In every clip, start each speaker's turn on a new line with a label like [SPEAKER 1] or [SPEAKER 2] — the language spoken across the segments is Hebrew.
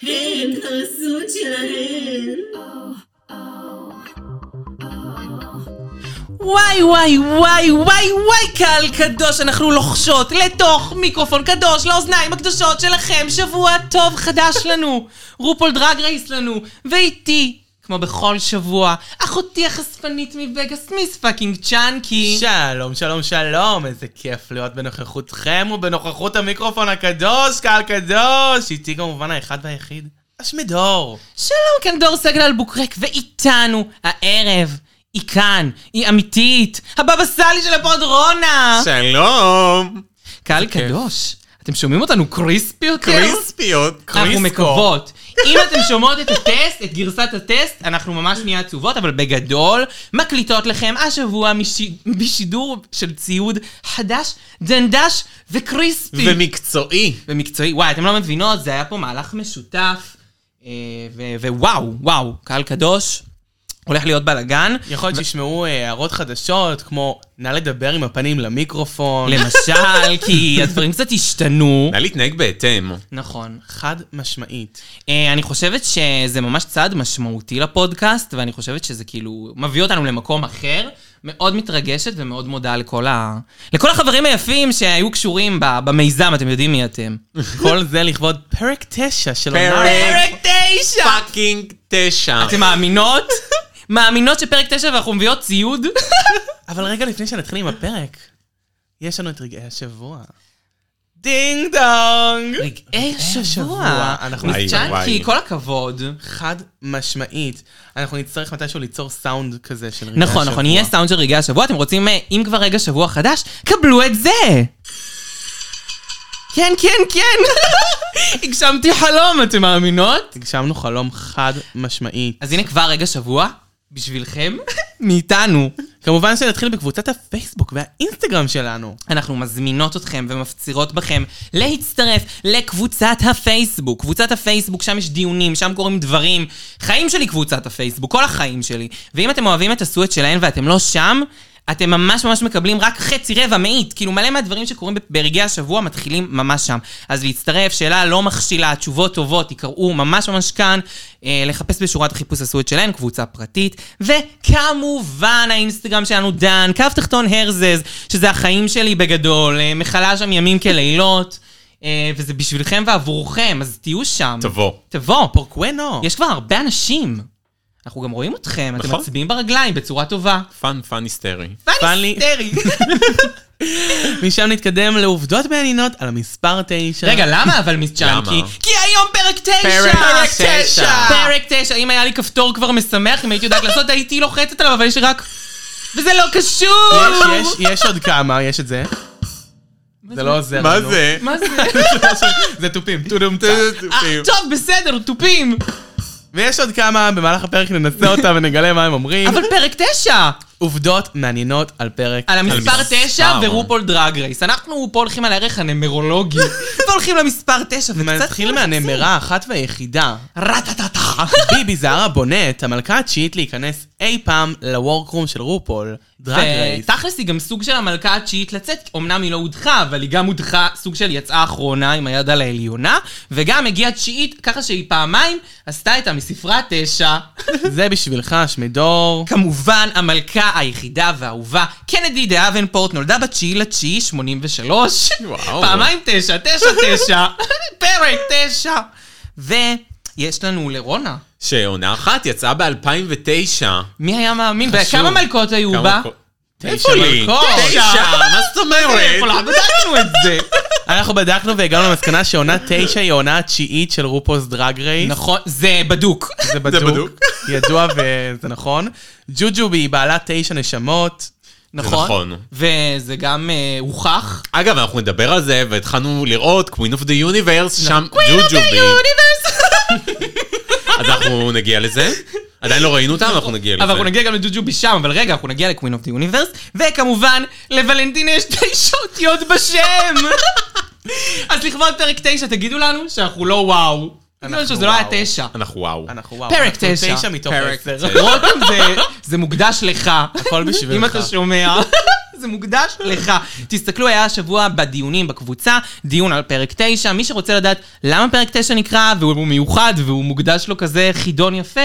[SPEAKER 1] 嘿，投诉起来！
[SPEAKER 2] וואי וואי וואי וואי וואי קהל קדוש, אנחנו לוחשות לתוך מיקרופון קדוש לאוזניים הקדושות שלכם, שבוע טוב חדש לנו, רופול דרג רייס לנו, ואיתי, כמו בכל שבוע, אחותי החשפנית מווגאס, מיס פאקינג צ'אנקי.
[SPEAKER 3] שלום, שלום, שלום, איזה כיף להיות בנוכחותכם ובנוכחות המיקרופון הקדוש, קהל קדוש, איתי כמובן האחד והיחיד, השמדור.
[SPEAKER 2] שלום, כאן דור סגל אלבוקרק, ואיתנו הערב. היא כאן, היא אמיתית, הבבא סאלי של הפוד רונה!
[SPEAKER 4] שלום!
[SPEAKER 2] קהל קדוש, אתם שומעים אותנו קריספי
[SPEAKER 3] כן.
[SPEAKER 2] יותר?
[SPEAKER 4] קריספיות.
[SPEAKER 2] אנחנו מקוות. אם אתם שומעות את הטסט, את גרסת הטסט, אנחנו ממש נהיה עצובות, אבל בגדול, מקליטות לכם השבוע משי- בשידור של ציוד חדש, דנדש וקריספי.
[SPEAKER 4] ומקצועי.
[SPEAKER 2] ומקצועי. וואי, אתם לא מבינות, זה היה פה מהלך משותף, אה, ו- ווואו, וואו, קהל קדוש, הולך להיות בלאגן.
[SPEAKER 3] יכול להיות שישמעו אה, הערות חדשות, כמו נא לדבר עם הפנים למיקרופון.
[SPEAKER 2] למשל, כי הדברים קצת השתנו.
[SPEAKER 4] נא להתנהג בהתאם.
[SPEAKER 2] נכון.
[SPEAKER 3] חד משמעית.
[SPEAKER 2] אה, אני חושבת שזה ממש צעד משמעותי לפודקאסט, ואני חושבת שזה כאילו מביא אותנו למקום אחר. מאוד מתרגשת ומאוד מודה לכל, ה... לכל החברים היפים שהיו קשורים ב... במיזם, אתם יודעים מי אתם.
[SPEAKER 3] כל זה לכבוד פרק 9 של
[SPEAKER 4] פרק.
[SPEAKER 3] עונה.
[SPEAKER 2] פרק תשע!
[SPEAKER 4] פאקינג תשע.
[SPEAKER 2] אתם מאמינות? מאמינות שפרק תשע ואנחנו מביאות ציוד?
[SPEAKER 3] אבל רגע לפני שנתחיל עם הפרק, יש לנו את רגעי השבוע. דינג דונג!
[SPEAKER 2] רגעי
[SPEAKER 4] אה,
[SPEAKER 2] השבוע.
[SPEAKER 3] השבוע,
[SPEAKER 2] אנחנו
[SPEAKER 3] אנחנו-
[SPEAKER 4] וואי,
[SPEAKER 2] מצ'אנקי,
[SPEAKER 4] וואי.
[SPEAKER 2] כל הכבוד.
[SPEAKER 3] חד משמעית. אנחנו נצטרך מתישהו ליצור סאונד כזה של רגעי השבוע.
[SPEAKER 2] נכון, נכון, יהיה סאונד של רגעי השבוע, אתם רוצים, אה, אם כבר רגע שבוע חדש, קבלו את זה! כן, כן, כן! הגשמתי חלום, אתם מאמינות?
[SPEAKER 3] הגשמנו חלום חד משמעית.
[SPEAKER 2] אז הנה כבר רגע שבוע, בשבילכם, מאיתנו.
[SPEAKER 3] כמובן שנתחיל בקבוצת הפייסבוק והאינסטגרם שלנו.
[SPEAKER 2] אנחנו מזמינות אתכם ומפצירות בכם להצטרף לקבוצת הפייסבוק. קבוצת הפייסבוק, שם יש דיונים, שם קורים דברים. חיים שלי קבוצת הפייסבוק, כל החיים שלי. ואם אתם אוהבים את הסואט שלהן ואתם לא שם, אתם ממש ממש מקבלים רק חצי רבע מאית. כאילו מלא מהדברים שקורים ברגעי השבוע מתחילים ממש שם. אז להצטרף, שאלה לא מכשילה, תשובות טובות, תקראו ממש ממש כאן, אה, לחפש בשורת החיפוש עשו את שלהן, קבוצה פרטית, וכמובן האינסטגרם שלנו דן, קו תחתון הרזז, שזה החיים שלי בגדול, אה, מכלה שם ימים כלילות, אה, וזה בשבילכם ועבורכם, אז תהיו שם.
[SPEAKER 4] תבוא.
[SPEAKER 2] תבוא, פה.
[SPEAKER 3] פורקוונו.
[SPEAKER 2] יש כבר הרבה אנשים. אנחנו גם רואים אתכם, אתם
[SPEAKER 4] נכון.
[SPEAKER 2] מצביעים ברגליים בצורה טובה.
[SPEAKER 4] פאן פאן היסטרי.
[SPEAKER 2] פאן
[SPEAKER 3] פאני-
[SPEAKER 2] היסטרי.
[SPEAKER 3] משם נתקדם לעובדות מעניינות על המספר 9.
[SPEAKER 2] רגע, למה אבל מיס צ'אנקי?
[SPEAKER 4] למה?
[SPEAKER 2] כי היום פרק תשע!
[SPEAKER 4] פרק פרק תשע. תשע.
[SPEAKER 2] פרק תשע! אם היה לי כפתור כבר משמח, אם הייתי יודעת לעשות, הייתי לוחצת עליו, אבל יש לי רק... וזה לא קשור!
[SPEAKER 3] יש, יש, יש עוד כמה, יש את זה. זה לא עוזר
[SPEAKER 4] מה
[SPEAKER 3] לנו.
[SPEAKER 4] זה?
[SPEAKER 2] מה זה?
[SPEAKER 3] זה תופים. טודום טה.
[SPEAKER 2] אה,
[SPEAKER 4] טובים.
[SPEAKER 2] טוב, בסדר, תופים!
[SPEAKER 3] ויש עוד כמה, במהלך הפרק ננסה אותם ונגלה מה הם אומרים.
[SPEAKER 2] אבל פרק תשע!
[SPEAKER 3] עובדות מעניינות על פרק.
[SPEAKER 2] על המספר
[SPEAKER 4] על
[SPEAKER 2] תשע
[SPEAKER 4] מספר.
[SPEAKER 2] ורופול דרג רייס. אנחנו פה הולכים על הערך הנמרולוגי, והולכים למספר תשע, לא וקצת...
[SPEAKER 3] נתחיל מהנמרה האחת והיחידה.
[SPEAKER 2] רטטטה.
[SPEAKER 3] ביבי זהרה בונט, המלכה התשיעית להיכנס אי פעם לוורקרום של רופול, דרג רייס.
[SPEAKER 2] ותכלס היא גם סוג של המלכה התשיעית לצאת, אמנם היא לא הודחה, אבל היא גם הודחה, סוג של יצאה אחרונה עם היד על העליונה, וגם הגיעה תשיעית, ככה שהיא פעמיים עשתה את המספרה תשע.
[SPEAKER 3] זה בשבילך, שמדור.
[SPEAKER 2] כמובן, המלכה היחידה והאהובה, קנדי דה אבנפורט, נולדה בתשיעי לתשיעי 83.
[SPEAKER 3] לא.
[SPEAKER 4] וואו.
[SPEAKER 2] פעמיים תשע, תשע תשע, פרק תשע. ויש לנו לרונה.
[SPEAKER 4] שעונה אחת יצאה ב-2009.
[SPEAKER 2] מי היה מאמין? וכמה מלכות היו בה?
[SPEAKER 4] איפה לי?
[SPEAKER 2] מלכות.
[SPEAKER 4] תשע! מה זאת
[SPEAKER 2] איפה
[SPEAKER 4] אומרת?
[SPEAKER 2] לה? בדקנו את זה.
[SPEAKER 3] אנחנו בדקנו והגענו למסקנה שעונה 9 היא העונה התשיעית של רופוס דרג רייס.
[SPEAKER 2] נכון, זה בדוק.
[SPEAKER 3] זה בדוק.
[SPEAKER 4] בדוק.
[SPEAKER 3] ידוע וזה נכון. ג'וג'ובי היא בעלת תשע נשמות.
[SPEAKER 2] נכון.
[SPEAKER 4] נכון.
[SPEAKER 2] וזה גם אה, הוכח.
[SPEAKER 4] אגב, אנחנו נדבר על זה, והתחלנו לראות Queen of the
[SPEAKER 2] נכון.
[SPEAKER 4] Universe, שם ג'וג'ובי.
[SPEAKER 2] יוניברס!
[SPEAKER 4] אז אנחנו נגיע לזה. עדיין לא ראינו אותם, אנחנו נגיע לזה.
[SPEAKER 2] אבל אנחנו נגיע גם לג'וג'ובי שם, אבל רגע, אנחנו נגיע לקווין אוף דה יוניברס, וכמובן, לוולנטינה יש תשע אותיות בשם! אז לכבוד פרק תשע, תגידו לנו שאנחנו לא וואו. תגידו לנו שזה לא היה
[SPEAKER 3] וואו.
[SPEAKER 2] תשע.
[SPEAKER 4] אנחנו וואו.
[SPEAKER 3] אנחנו וואו.
[SPEAKER 2] פרק
[SPEAKER 3] אנחנו
[SPEAKER 2] תשע.
[SPEAKER 3] תשע מתוך
[SPEAKER 4] פרק
[SPEAKER 3] עשר. נכון.
[SPEAKER 4] תשע.
[SPEAKER 2] רותם, זה- זה מוקדש לך.
[SPEAKER 3] הכל בשבילך.
[SPEAKER 2] אם אתה שומע, זה מוקדש לך. תסתכלו, היה השבוע בדיונים בקבוצה, דיון על פרק 9. מי שרוצה לדעת למה פרק 9 נקרא, והוא מיוחד, והוא מוקדש לו כזה חידון יפה,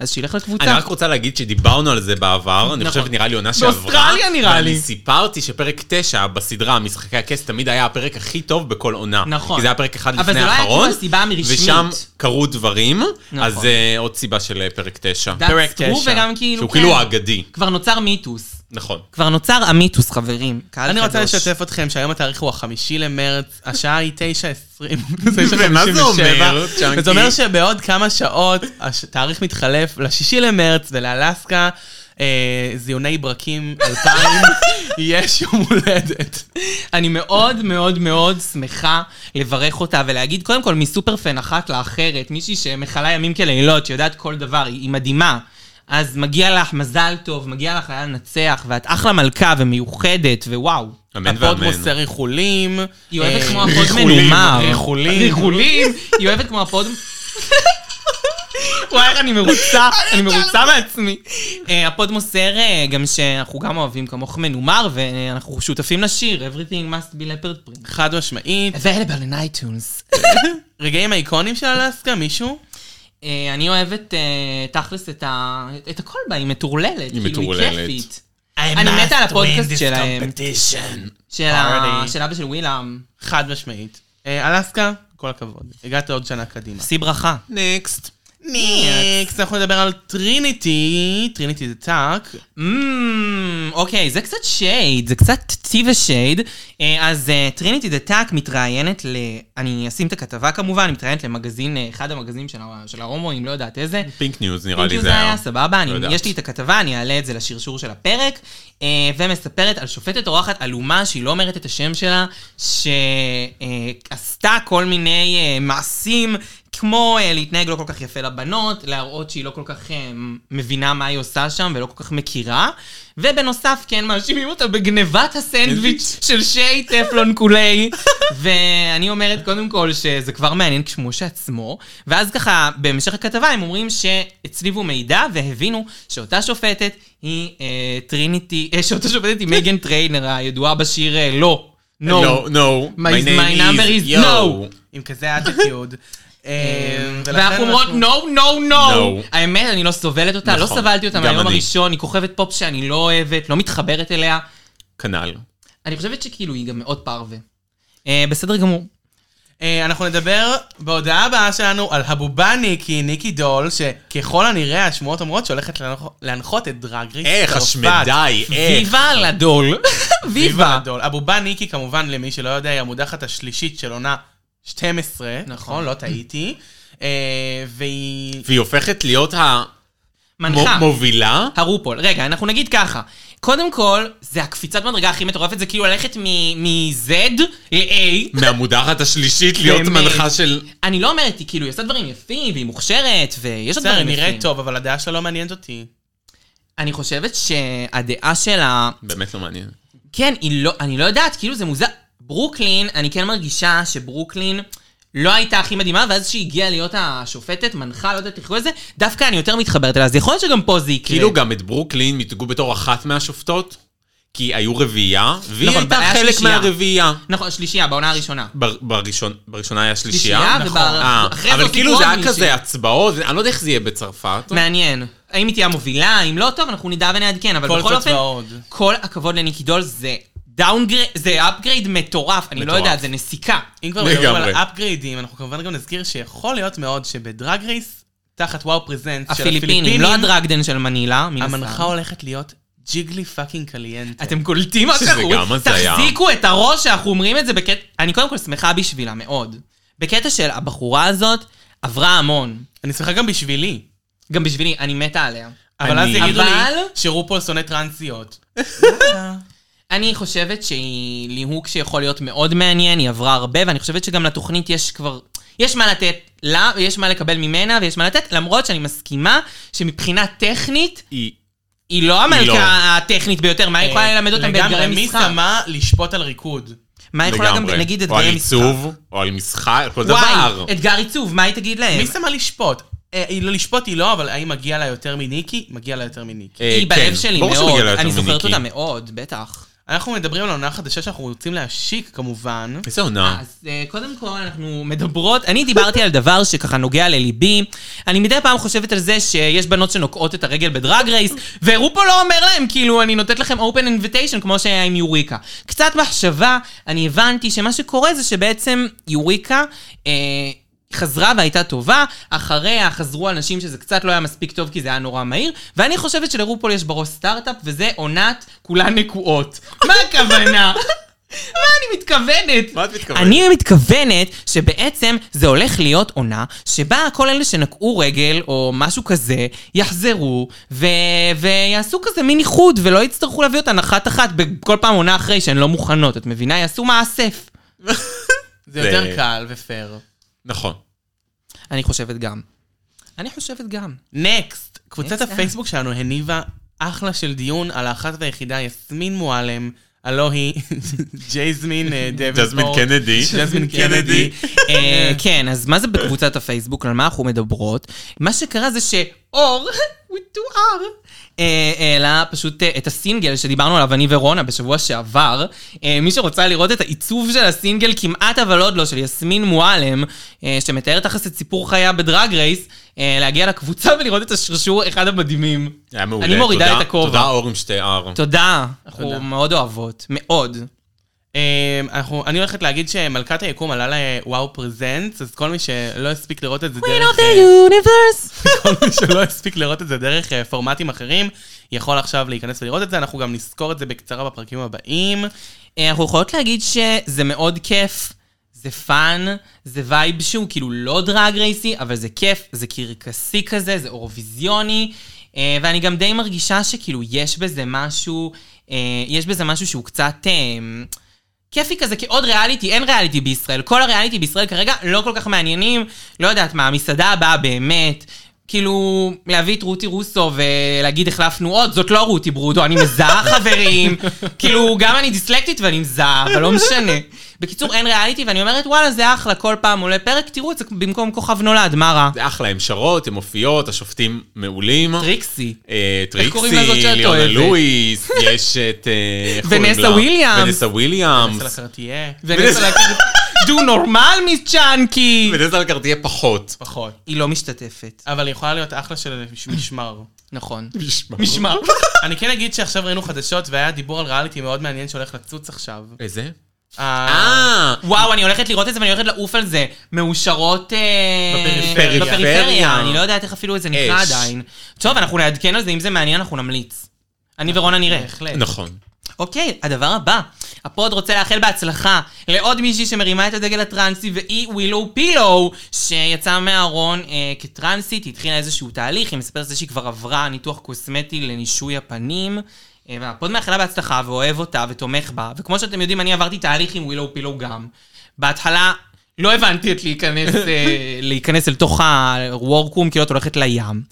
[SPEAKER 2] אז שילך
[SPEAKER 4] אני
[SPEAKER 2] לקבוצה.
[SPEAKER 4] רק רוצה להגיד שדיברנו על זה בעבר, אני
[SPEAKER 2] נכון.
[SPEAKER 4] חושב נראה לי עונה שעברה.
[SPEAKER 2] באוסטרליה, נראה לי.
[SPEAKER 4] ואני סיפרתי שפרק 9 בסדרה, משחקי הכס, תמיד היה הפרק הכי טוב בכל עונה.
[SPEAKER 2] נכון.
[SPEAKER 4] כי זה היה פרק אחד
[SPEAKER 2] אבל
[SPEAKER 4] לפני
[SPEAKER 2] זה לא היה
[SPEAKER 4] האחרון.
[SPEAKER 2] כאילו הסיבה הרשמית.
[SPEAKER 4] ושם קרו דברים,
[SPEAKER 2] נכון.
[SPEAKER 4] אז זה עוד סיבה של אה, פרק 9.
[SPEAKER 3] פרק
[SPEAKER 2] That's true,
[SPEAKER 3] תשע.
[SPEAKER 2] וגם כאילו...
[SPEAKER 4] שהוא
[SPEAKER 2] כן,
[SPEAKER 4] כאילו האגדי.
[SPEAKER 2] כבר נוצר מיתוס.
[SPEAKER 4] נכון.
[SPEAKER 2] כבר נוצר המיתוס, חברים. קהל
[SPEAKER 3] אני רוצה
[SPEAKER 2] חדש.
[SPEAKER 3] לשתף אתכם שהיום התאריך הוא החמישי למרץ, השעה היא 9:20.
[SPEAKER 4] ומה כן, זה אומר, צ'אנקי?
[SPEAKER 3] זה אומר שבעוד כמה שעות התאריך מתחלף לשישי למרץ ולאלסקה. אה, זיוני ברקים 2000, יש יום הולדת.
[SPEAKER 2] אני מאוד מאוד מאוד שמחה לברך אותה ולהגיד, קודם כל, מסופר פן אחת לאחרת, מישהי שמכלה ימים כלילות, שיודעת כל דבר, היא, היא מדהימה. אז מגיע לך מזל טוב, מגיע לך היה לנצח, ואת אחלה מלכה ומיוחדת, ווואו.
[SPEAKER 4] אמן
[SPEAKER 3] הפוד
[SPEAKER 4] ואמן.
[SPEAKER 3] מוסר איחולים.
[SPEAKER 2] היא אוהבת
[SPEAKER 3] אה,
[SPEAKER 2] כמו הפוד
[SPEAKER 4] ריחולים,
[SPEAKER 2] מנומר.
[SPEAKER 3] ריחולים.
[SPEAKER 2] ריחולים. היא אוהבת כמו הפוד... וואי, איך אני מרוצה, אני מרוצה מעצמי. אה, הפוד מוסר אה, גם שאנחנו גם אוהבים כמוך מנומר, ואנחנו שותפים לשיר, Everything must be leopard print.
[SPEAKER 3] חד משמעית.
[SPEAKER 2] available in iTunes.
[SPEAKER 3] רגעים האיקונים של אלסקה, מישהו?
[SPEAKER 2] אה, אני אוהבת אה, תכלס את ה- את הכל בה, היא מטורללת.
[SPEAKER 4] היא
[SPEAKER 2] כאילו,
[SPEAKER 4] מטורללת.
[SPEAKER 2] כיפית. אני מתה על הפודקאסט שלהם. של ה-
[SPEAKER 3] Party.
[SPEAKER 2] של אבא של ווילאם.
[SPEAKER 3] חד משמעית. אה, אלסקה, כל הכבוד. הגעת עוד שנה קדימה.
[SPEAKER 2] שיא ברכה.
[SPEAKER 4] נקסט.
[SPEAKER 3] ניקס, אנחנו נדבר על טריניטי, טריניטי זה טאק.
[SPEAKER 2] אמ, אוקיי, זה קצת שייד, זה קצת טי ושייד. אה, אז אה, טריניטי דה טאק מתראיינת ל... אני אשים את הכתבה כמובן, היא מתראיינת למגזין, אה, אחד המגזינים של ה- של ההומואים, לא יודעת איזה.
[SPEAKER 4] פינק ניוז נראה
[SPEAKER 2] אם
[SPEAKER 4] לי
[SPEAKER 2] כי
[SPEAKER 4] זה היה.
[SPEAKER 2] סבבה, אני-
[SPEAKER 4] לא יודעת.
[SPEAKER 2] יש לי את הכתבה, אני אעלה את זה לשרשור של הפרק, אה, ומספרת על שופטת אורחת עלומה, שהיא לא אומרת את השם שלה, שעשתה כל מיני אה, מעשים, כמו אה, להתנהג לא כל כך יפה לבנות, להראות שהיא לא כל כך אה, מבינה מה היא עושה שם ולא כל כך מכירה, ובנוסף, כן, מאשימים אותה בגנבת הסנדוויץ' של שי טפלון קולי, ואני אומרת קודם כל שזה כבר מעניין כשמו שעצמו, ואז ככה, בהמשך הכתבה הם אומרים שהצליבו מידע והבינו שאותה שופטת היא אה, טריניטי, אה, שאותה שופטת היא מגן טריינר הידועה בשיר אה, לא, נו.
[SPEAKER 4] No, no.
[SPEAKER 2] My- my number is
[SPEAKER 4] yo.
[SPEAKER 2] no.
[SPEAKER 3] עם כזה אטיטיוד. אה, ולכן
[SPEAKER 2] ואנחנו אומרות נו, נו, נו.
[SPEAKER 4] No.
[SPEAKER 2] האמת, אני לא סובלת אותה, לא
[SPEAKER 4] נכון,
[SPEAKER 2] סבלתי אותה
[SPEAKER 4] גם
[SPEAKER 2] מהיום
[SPEAKER 4] אני.
[SPEAKER 2] הראשון, היא כוכבת פופ שאני לא אוהבת, לא מתחברת אליה.
[SPEAKER 4] כנ"ל.
[SPEAKER 2] אני חושבת שכאילו היא גם מאוד פרווה. אה, בסדר גמור.
[SPEAKER 3] אה, אנחנו נדבר בהודעה הבאה שלנו על הבובה ניקי, ניקי דול, שככל הנראה השמועות אומרות שהולכת להנח- להנחות את דרג ריס.
[SPEAKER 4] איך,
[SPEAKER 3] צרפת.
[SPEAKER 4] השמדי, איך.
[SPEAKER 2] ויבה לדול.
[SPEAKER 3] אה. ויבה
[SPEAKER 2] ויבה.
[SPEAKER 3] הדול. הבובה ניקי, כמובן, למי שלא יודע, היא המודחת השלישית של עונה 12. נכון, לא טעיתי. אה, והיא...
[SPEAKER 4] והיא הופכת להיות
[SPEAKER 2] מנחה.
[SPEAKER 4] המובילה.
[SPEAKER 2] הרופול. רגע, אנחנו נגיד ככה. קודם כל, זה הקפיצת מדרגה הכי מטורפת, זה כאילו ללכת מ- מ-Z ל-A.
[SPEAKER 4] מהמודחת השלישית להיות
[SPEAKER 2] באמת.
[SPEAKER 4] מנחה של...
[SPEAKER 2] אני לא אומרת, היא כאילו, היא עושה דברים יפים, והיא מוכשרת, ויש עוד
[SPEAKER 3] בסדר, היא
[SPEAKER 2] דברים
[SPEAKER 3] נראית
[SPEAKER 2] יפים.
[SPEAKER 3] טוב, אבל הדעה שלה לא מעניינת אותי.
[SPEAKER 2] אני חושבת שהדעה שלה
[SPEAKER 4] באמת לא מעניין.
[SPEAKER 2] כן, היא לא, אני לא יודעת, כאילו זה מוזר. ברוקלין, אני כן מרגישה שברוקלין לא הייתה הכי מדהימה, ואז שהיא הגיעה להיות השופטת, מנחה, לא יודעת איך קוראים לזה, דווקא אני יותר מתחברת אליה, אז יכול להיות שגם פה זה יקרה.
[SPEAKER 4] כאילו גם את ברוקלין מיתגו בתור אחת מהשופטות, כי היו רביעייה, והיא
[SPEAKER 2] נכון,
[SPEAKER 4] הייתה
[SPEAKER 2] והיה
[SPEAKER 4] חלק
[SPEAKER 2] שלישייה.
[SPEAKER 4] מהרביעייה.
[SPEAKER 2] נכון, שלישייה, בעונה הראשונה.
[SPEAKER 4] בר- בראשון- בראשונה היה
[SPEAKER 2] שלישייה,
[SPEAKER 4] שלישייה, נכון.
[SPEAKER 2] ובר-
[SPEAKER 4] אה,
[SPEAKER 2] אחרי זה
[SPEAKER 4] אבל
[SPEAKER 2] הוסיפו
[SPEAKER 4] כאילו
[SPEAKER 2] עוד
[SPEAKER 4] זה היה
[SPEAKER 2] מישהי.
[SPEAKER 4] כזה הצבעות, אני לא יודע איך זה יהיה בצרפת.
[SPEAKER 2] מעניין. האם היא תהיה המובילה, אם לא טוב, אנחנו נדע ונעדכן, אבל
[SPEAKER 3] כל לא.
[SPEAKER 2] בכל
[SPEAKER 3] זאת
[SPEAKER 2] אופן,
[SPEAKER 3] ועוד.
[SPEAKER 2] כל הכבוד לניקי דול, זה דאונגרייד, זה אפגרייד מטורף, אני לא
[SPEAKER 4] מטורף.
[SPEAKER 2] יודעת, זה נסיקה.
[SPEAKER 3] אם כבר מדברים
[SPEAKER 4] לגמרי.
[SPEAKER 3] על אפגריידים, אנחנו כמובן גם נזכיר שיכול להיות מאוד שבדרג רייס, תחת וואו פרזנט של
[SPEAKER 2] הפיליפינים,
[SPEAKER 3] הפיליפינים,
[SPEAKER 2] לא אה. הדרגדן של מנילה, מן
[SPEAKER 3] המנחה
[SPEAKER 2] הסתם.
[SPEAKER 3] הולכת להיות ג'יגלי פאקינג קליינטה.
[SPEAKER 2] אתם קולטים מה
[SPEAKER 4] שזה
[SPEAKER 2] שאנחנו...
[SPEAKER 4] גם הזיה.
[SPEAKER 2] תחזיקו את הראש שאנחנו אומרים את זה בקטע... אני קודם כל שמחה בשבילה מאוד. בקטע של הבחורה הזאת עברה המון.
[SPEAKER 3] אני שמחה גם בשבילי.
[SPEAKER 2] גם בשבילי, אני מתה עליה.
[SPEAKER 3] אבל אז
[SPEAKER 4] אני-
[SPEAKER 3] יגידו לי
[SPEAKER 2] אבל-
[SPEAKER 3] שרופול שונא טרנסיות.
[SPEAKER 2] אני חושבת שהיא ליהוק שיכול להיות מאוד מעניין, היא עברה הרבה, ואני חושבת שגם לתוכנית יש כבר... יש מה לתת לה, ויש מה לקבל ממנה, ויש מה לתת, למרות שאני מסכימה שמבחינה טכנית,
[SPEAKER 4] היא-
[SPEAKER 2] היא לא
[SPEAKER 4] היא לא. אה,
[SPEAKER 2] המלכה הטכנית ביותר. מה היא יכולה ללמד אותם באתגרי
[SPEAKER 3] אה, לגמרי, מי
[SPEAKER 2] משחק?
[SPEAKER 3] שמה לשפוט על ריקוד?
[SPEAKER 2] מה היא יכולה גם,
[SPEAKER 4] לגמרי.
[SPEAKER 2] נגיד,
[SPEAKER 4] או על
[SPEAKER 2] אתגרי משחק?
[SPEAKER 4] עיצוב, או על משחק, כל דבר.
[SPEAKER 2] וואי, אתגר עיצוב, מה היא תגיד להם?
[SPEAKER 3] מי שמה לשפוט? אה, היא לא לשפוט היא לא, אבל האם מגיע לה יותר מניקי? מגיע לה יותר מניקי.
[SPEAKER 4] אה,
[SPEAKER 2] היא
[SPEAKER 4] כן.
[SPEAKER 2] בלב שלי
[SPEAKER 4] ברור שמגיע
[SPEAKER 2] מאוד,
[SPEAKER 4] לה יותר
[SPEAKER 2] אני זוכרת
[SPEAKER 4] ממיקי.
[SPEAKER 2] אותה מאוד, בטח.
[SPEAKER 4] אה.
[SPEAKER 3] אנחנו מדברים על עונה חדשה שאנחנו רוצים להשיק כמובן.
[SPEAKER 4] איזה עונה.
[SPEAKER 2] אז אה, קודם כל אנחנו מדברות, אני דיברתי על דבר שככה נוגע לליבי. אני מדי פעם חושבת על זה שיש בנות שנוקעות את הרגל בדרג רייס, ורופו לא אומר להם, כאילו, אני נותנת לכם open invitation כמו שהיה עם יוריקה. קצת מחשבה, אני הבנתי שמה שקורה זה שבעצם יוריקה... אה, חזרה והייתה טובה, אחריה חזרו אנשים שזה קצת לא היה מספיק טוב כי זה היה נורא מהיר, ואני חושבת שלרופול יש בראש סטארט-אפ, וזה עונת כולן נקועות. מה הכוונה? מה אני מתכוונת?
[SPEAKER 4] מה את מתכוונת?
[SPEAKER 2] אני מתכוונת שבעצם זה הולך להיות עונה שבה כל אלה שנקעו רגל או משהו כזה יחזרו ו- ויעשו כזה מין איחוד ולא יצטרכו להביא אותן אחת אחת בכל פעם עונה אחרי שהן לא מוכנות, את מבינה? יעשו מאסף.
[SPEAKER 3] זה
[SPEAKER 4] זה-
[SPEAKER 3] יותר קל ופייר.
[SPEAKER 4] נכון.
[SPEAKER 2] אני חושבת גם. אני חושבת גם.
[SPEAKER 3] נקסט, קבוצת
[SPEAKER 2] Next, אה.
[SPEAKER 3] הפייסבוק שלנו הניבה אחלה של דיון על האחת והיחידה יסמין מועלם, הלו היא ג'ייזמין אה, דוידפורט.
[SPEAKER 4] ג'זמין קנדי.
[SPEAKER 3] ג'זמין
[SPEAKER 4] קנדי.
[SPEAKER 3] קנדי.
[SPEAKER 2] אה, כן, אז מה זה בקבוצת הפייסבוק? על מה אנחנו מדברות? מה שקרה זה שאור, with two R, אה, העלה פשוט אה, את הסינגל שדיברנו עליו, אני ורונה, בשבוע שעבר. אה, מי שרוצה לראות את העיצוב של הסינגל, כמעט אבל עוד לא, של יסמין מועלם, אה, שמתארת תכלס את סיפור חייה בדרג רייס, אה, להגיע לקבוצה ולראות את השרשור אחד המדהימים.
[SPEAKER 4] היה מעולה.
[SPEAKER 2] אני מורידה
[SPEAKER 4] תודה-
[SPEAKER 2] את הכובע.
[SPEAKER 4] תודה אור עם שתי R.
[SPEAKER 2] תודה, אנחנו
[SPEAKER 3] תודה.
[SPEAKER 2] מאוד אוהבות, מאוד.
[SPEAKER 3] אה, אנחנו- אני הולכת להגיד שמלכת היקום עלה לוואו פרזנטס, אז כל מי שלא הספיק לראות את זה דרך... אה,
[SPEAKER 2] universe.
[SPEAKER 3] כל מי שלא הספיק לראות את זה דרך אה, פורמטים אחרים, יכול עכשיו להיכנס ולראות את זה, אנחנו גם נזכור את זה בקצרה בפרקים הבאים.
[SPEAKER 2] אה, אנחנו יכולות להגיד שזה מאוד כיף, זה פאן, זה וייב שהוא כאילו לא דרג רייסי, אבל זה כיף, זה קרקסי כזה, זה אורוויזיוני, אה, ואני גם די מרגישה שכאילו יש בזה משהו, אה, יש בזה משהו שהוא קצת... אה, כיפי כזה כעוד ריאליטי, אין ריאליטי בישראל. כל הריאליטי בישראל כרגע לא כל כך מעניינים, לא יודעת מה, המסעדה הבאה באמת. כאילו, להביא את רותי רוסו ולהגיד החלפנו עוד, זאת לא רותי ברודו, אני מזהה חברים. כאילו, גם אני דיסלקטית ואני מזהה, אבל לא משנה. בקיצור, אין ריאליטי, ואני אומרת, וואלה, זה אחלה, כל פעם עולה פרק, תראו את זה במקום כוכב נולד, מה רע?
[SPEAKER 4] זה אחלה, הן שרות, הן מופיעות, השופטים מעולים.
[SPEAKER 2] טריקסי.
[SPEAKER 4] אה,
[SPEAKER 2] קוראים לזאת
[SPEAKER 4] טריקסי,
[SPEAKER 2] שאת
[SPEAKER 4] ליאונה
[SPEAKER 2] אוהבת?
[SPEAKER 4] לואיס, יש את... אה, איך קוראים
[SPEAKER 2] ונסה
[SPEAKER 4] לה?
[SPEAKER 2] וויליאמס.
[SPEAKER 4] ונסה וויליאמס.
[SPEAKER 3] אצל הקרטייה.
[SPEAKER 2] ונסה לקחת, דו נורמל מיס צ'אנקי!
[SPEAKER 4] ונסה לקרטייה פחות.
[SPEAKER 3] פחות.
[SPEAKER 2] היא לא משתתפת.
[SPEAKER 3] אבל היא יכולה להיות אחלה של משמר.
[SPEAKER 2] נכון.
[SPEAKER 4] משמע.
[SPEAKER 2] משמע.
[SPEAKER 3] אני כן אגיד שעכשיו ראינו חדשות והיה דיבור על ריאליטי מאוד מעניין שהולך לצוץ עכשיו.
[SPEAKER 4] איזה?
[SPEAKER 3] אה,
[SPEAKER 4] אה,
[SPEAKER 2] וואו, אני הולכת לראות את זה ואני הולכת לעוף על זה. מאושרות... אה,
[SPEAKER 3] בפריפריה.
[SPEAKER 2] בפריפריה. אני לא יודעת איך אפילו זה נקרא
[SPEAKER 4] אש.
[SPEAKER 2] עדיין. טוב, אנחנו נעדכן על זה, אם זה מעניין, אנחנו נמליץ. אני ורונה נראה.
[SPEAKER 3] בהחלט.
[SPEAKER 4] נכון.
[SPEAKER 2] אוקיי, הדבר הבא. הפוד רוצה לאחל בהצלחה לעוד מישהי שמרימה את הדגל הטרנסי, והיא ווילו פילו, שיצאה מהארון אה, כטרנסית, היא התחילה איזשהו תהליך, היא מספרת על זה שהיא כבר עברה ניתוח קוסמטי לנישוי הפנים. אה, והפוד מאחלה בהצלחה, ואוהב אותה, ותומך בה. וכמו שאתם יודעים, אני עברתי תהליך עם ווילו פילו גם. בהתחלה לא הבנתי את להיכנס, אה, להיכנס אל תוך ה-workroom, כאילו את הולכת לים.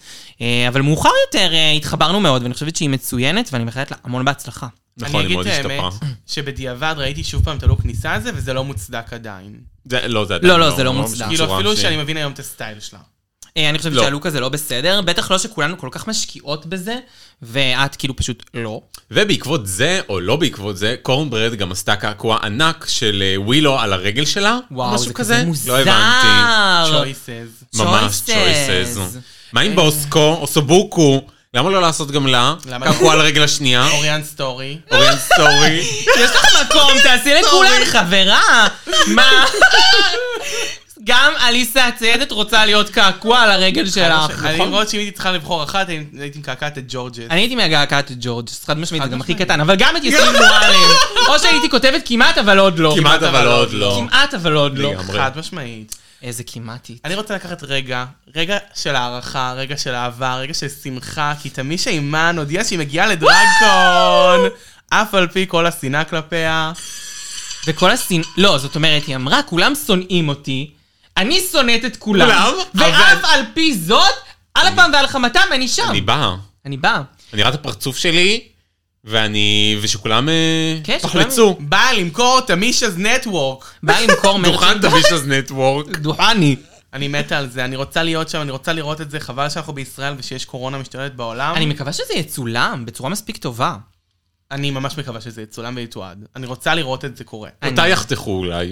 [SPEAKER 2] אה, אבל מאוחר יותר אה, התחברנו מאוד, ואני חושבת שהיא מצוינת, ואני מאחלת לה המון בהצלחה.
[SPEAKER 4] נכון, היא מאוד
[SPEAKER 3] אני אגיד את
[SPEAKER 4] השתפרה.
[SPEAKER 3] האמת, שבדיעבד ראיתי שוב פעם את הלוק כניסה הזה, וזה לא מוצדק עדיין.
[SPEAKER 4] זה- לא, אה, זה
[SPEAKER 2] לא,
[SPEAKER 4] עדיין
[SPEAKER 2] לא, זה לא מוצדק.
[SPEAKER 4] בצורה
[SPEAKER 3] כאילו, אפילו
[SPEAKER 4] ש-
[SPEAKER 3] שאני מבין היום את הסטייל שלה.
[SPEAKER 2] אה, אני חושבת
[SPEAKER 4] לא.
[SPEAKER 2] שהלוק הזה לא בסדר, בטח לא שכולנו כל כך משקיעות בזה, ואת כאילו פשוט לא.
[SPEAKER 4] ובעקבות זה, או לא בעקבות זה, קורנברד גם עשתה קעקוע ענק של אה, ווילו על הרגל שלה.
[SPEAKER 2] וואו,
[SPEAKER 4] משהו
[SPEAKER 2] זה
[SPEAKER 4] כזה
[SPEAKER 2] כזה מוזר.
[SPEAKER 4] לא הבנתי.
[SPEAKER 3] לא, choices.
[SPEAKER 4] ממש,
[SPEAKER 2] Choices. אה.
[SPEAKER 4] choices. מה עם בוסקו או סובוקו? למה לא לעשות גם לה?
[SPEAKER 3] למה לא?
[SPEAKER 4] קעקוע על הרגל השנייה.
[SPEAKER 3] אוריאן סטורי.
[SPEAKER 4] אוריאן סטורי.
[SPEAKER 2] כאילו, יש לך מקום, תעשי לכולן, חברה! מה? גם עליסה הציידת רוצה להיות קעקוע על הרגל
[SPEAKER 4] אה,
[SPEAKER 2] שלך. נכון.
[SPEAKER 3] אני
[SPEAKER 4] נכון.
[SPEAKER 3] רואה שאם הייתי צריכה לבחור אחת, הייתי הייתי מקעקעת את ג'ורג'ט.
[SPEAKER 2] אני הייתי מהגעקעת ג'ורג', חד משמעית, זה גם הכי
[SPEAKER 3] משמעית.
[SPEAKER 2] קטן, אבל גם את יסמין מועלם. או שהייתי כותבת כמעט אבל עוד לא.
[SPEAKER 4] כמעט אבל עוד לא.
[SPEAKER 2] כמעט אבל עוד לא.
[SPEAKER 4] לגמרי.
[SPEAKER 3] חד משמעית.
[SPEAKER 2] איזה כמעטית.
[SPEAKER 3] אני רוצה לקחת רגע, רגע של הערכה, רגע של אהבה, רגע של שמחה, כי תמי שאימן הודיעה שהיא מגיעה לדרגקון, אף על פי כל השנאה כלפיה.
[SPEAKER 2] וכל הסין... לא, זאת אומרת, היא אמרה, כולם שונאים אותי, אני שונאת את כולם.
[SPEAKER 4] כולם,
[SPEAKER 2] ואף
[SPEAKER 4] אבל-
[SPEAKER 2] על פי זאת, על אפם ועל חמתם, אני שם.
[SPEAKER 4] אני באה.
[SPEAKER 2] אני באה.
[SPEAKER 4] אני רואה את הפרצוף שלי, ואני... ושכולם אה,
[SPEAKER 2] כן, שכולם-
[SPEAKER 4] תחלצו.
[SPEAKER 3] באה למכור תמישה's נטוורק.
[SPEAKER 2] באה למכור מרצ...
[SPEAKER 4] דוכן דווישס נטוורק.
[SPEAKER 2] דוכני.
[SPEAKER 3] אני מתה על זה, אני רוצה להיות שם, אני רוצה לראות את זה, חבל שאנחנו בישראל ושיש קורונה משתוללת בעולם.
[SPEAKER 2] אני מקווה שזה יצולם בצורה מספיק טובה.
[SPEAKER 3] אני ממש מקווה שזה יצולם ויתועד. אני רוצה לראות את זה קורה.
[SPEAKER 4] אותה יחתכו אולי.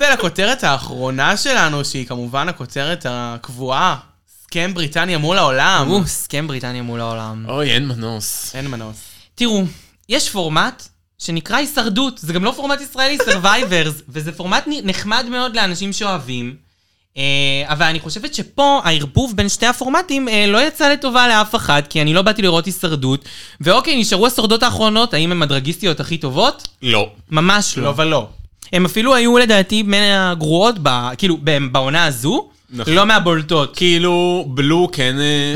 [SPEAKER 3] ולכותרת האחרונה שלנו, שהיא כמובן הכותרת הקבועה, סכם בריטניה מול העולם.
[SPEAKER 2] אמרו, הסכם בריטניה מול העולם.
[SPEAKER 4] אוי, אין מנוס.
[SPEAKER 3] אין מנוס.
[SPEAKER 2] תראו, יש פורמט שנקרא הישרדות, זה גם לא פורמט ישראלי, Survivors, וזה פורמט נ- נחמד מאוד לאנשים שאוהבים. אה, אבל אני חושבת שפה הערבוב בין שני הפורמטים אה, לא יצא לטובה לאף אחד, כי אני לא באתי לראות הישרדות. ואוקיי, נשארו השורדות האחרונות, האם הן הדרגיסטיות הכי טובות?
[SPEAKER 4] לא.
[SPEAKER 2] ממש לא.
[SPEAKER 3] לא ולא.
[SPEAKER 2] הן אפילו היו לדעתי בין הגרועות, ב, כאילו, ב- בעונה הזו,
[SPEAKER 4] נכון.
[SPEAKER 2] לא מהבולטות. כי
[SPEAKER 4] כאילו, בלו כן אה,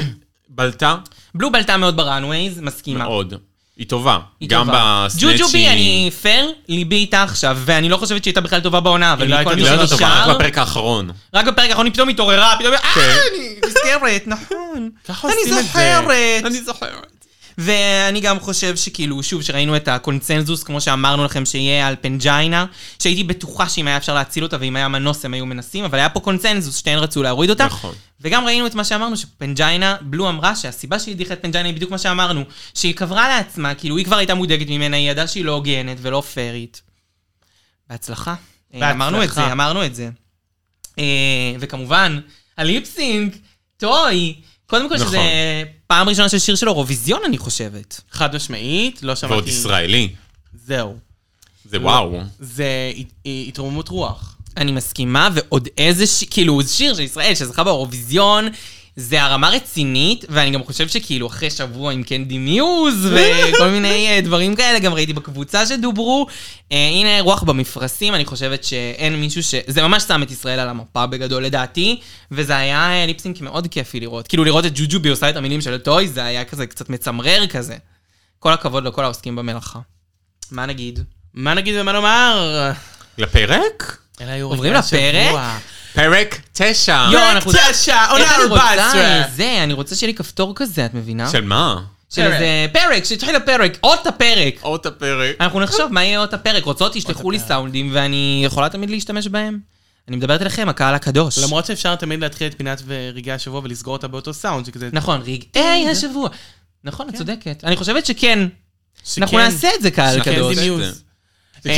[SPEAKER 4] בלטה
[SPEAKER 2] בלו בלטה מאוד בראנווייז, מסכימה.
[SPEAKER 4] מאוד. היא טובה.
[SPEAKER 2] היא
[SPEAKER 4] גם
[SPEAKER 2] טובה.
[SPEAKER 4] בסנאצ'י.
[SPEAKER 2] ג'וג'ובי, אני פייר, ליבי איתה עכשיו, ואני לא חושבת שהיא הייתה בכלל טובה בעונה, אבל
[SPEAKER 3] היא לא
[SPEAKER 2] מכל מי
[SPEAKER 3] הייתה-
[SPEAKER 4] לא יודעת טובה,
[SPEAKER 2] שנשאר-
[SPEAKER 4] רק בפרק כן. האחרון.
[SPEAKER 2] רק בפרק האחרון היא פתאום התעוררה, פתאום, אה, אני נזכרת, נכון.
[SPEAKER 3] ככה
[SPEAKER 2] אני
[SPEAKER 3] עושים את זה.
[SPEAKER 2] זוכרת.
[SPEAKER 4] אני זוכרת.
[SPEAKER 2] ואני גם חושב שכאילו, שוב, שראינו את הקונצנזוס, כמו שאמרנו לכם, שיהיה על פנג'יינה, שהייתי בטוחה שאם היה אפשר להציל אותה ואם היה מנוס הם היו מנסים, אבל היה פה קונצנזוס, שתיהן רצו להוריד אותה.
[SPEAKER 4] נכון.
[SPEAKER 2] וגם ראינו את מה שאמרנו, שפנג'יינה, בלו אמרה שהסיבה שהיא הדיחה את פנג'יינה היא בדיוק מה שאמרנו, שהיא קברה לעצמה, כאילו, היא כבר הייתה מודאגת ממנה, היא ידעה שהיא לא הוגנת ולא פיירית. בהצלחה. בהצלחה.
[SPEAKER 3] בהצלחה.
[SPEAKER 2] אמרנו את זה, אמרנו את זה. אה, וכמובן, הליפסינג, טוי, קודם כל
[SPEAKER 4] נכון.
[SPEAKER 2] שזה פעם ראשונה של שיר של אירוויזיון, אני חושבת.
[SPEAKER 3] חד משמעית, לא שמעתי.
[SPEAKER 4] ועוד ישראלי.
[SPEAKER 3] זהו.
[SPEAKER 4] זה וואו.
[SPEAKER 3] זה הת- אה, התרוממות רוח.
[SPEAKER 2] אני מסכימה, ועוד איזה שיר, כאילו, זה שיר של ישראל שזכה באירוויזיון, זה הרמה רצינית, ואני גם חושב שכאילו אחרי שבוע עם קנדי מיוז, וכל מיני אה, דברים כאלה, גם ראיתי בקבוצה שדוברו. אה, הנה רוח במפרשים, אני חושבת שאין מישהו ש... זה ממש שם את ישראל על המפה בגדול לדעתי, וזה היה אה, ליפסינק מאוד כיפי לראות. כאילו לראות את ג'וג'ובי עושה את המילים של טוי, זה היה כזה קצת מצמרר כזה. כל הכבוד לכל העוסקים במלאכה. מה נגיד?
[SPEAKER 3] מה נגיד ומה נאמר?
[SPEAKER 4] לפרק?
[SPEAKER 3] אלה היו
[SPEAKER 2] עוברים
[SPEAKER 3] רגעי השבוע.
[SPEAKER 2] לפרק?
[SPEAKER 4] פרק תשע.
[SPEAKER 2] יואו,
[SPEAKER 3] פרק
[SPEAKER 2] אנחנו-
[SPEAKER 3] תשע,
[SPEAKER 2] איך
[SPEAKER 3] עונה
[SPEAKER 2] אני רוצה
[SPEAKER 3] 14.
[SPEAKER 2] זה, אני רוצה שיהיה לי כפתור כזה, את מבינה?
[SPEAKER 4] של מה?
[SPEAKER 2] של איזה פרק, שיתחיל הפרק, אות הפרק.
[SPEAKER 4] עוד הפרק.
[SPEAKER 2] אנחנו נחשוב מה יהיה אות הפרק, רוצות תשלחו לי סאונדים ואני יכולה תמיד להשתמש בהם. אני מדברת אליכם, הקהל הקדוש.
[SPEAKER 3] למרות שאפשר תמיד להתחיל את פינת ורגעי השבוע ולסגור אותה באותו סאונד, שכזה...
[SPEAKER 2] נכון, רגעי השבוע. נכון, את צודקת. אני חושבת שכן.
[SPEAKER 3] שכן-
[SPEAKER 2] אנחנו נעשה את זה, קהל
[SPEAKER 3] שכן
[SPEAKER 2] קדוש.
[SPEAKER 3] זה
[SPEAKER 4] נעשה את
[SPEAKER 3] מיוז.
[SPEAKER 4] זה
[SPEAKER 3] אה,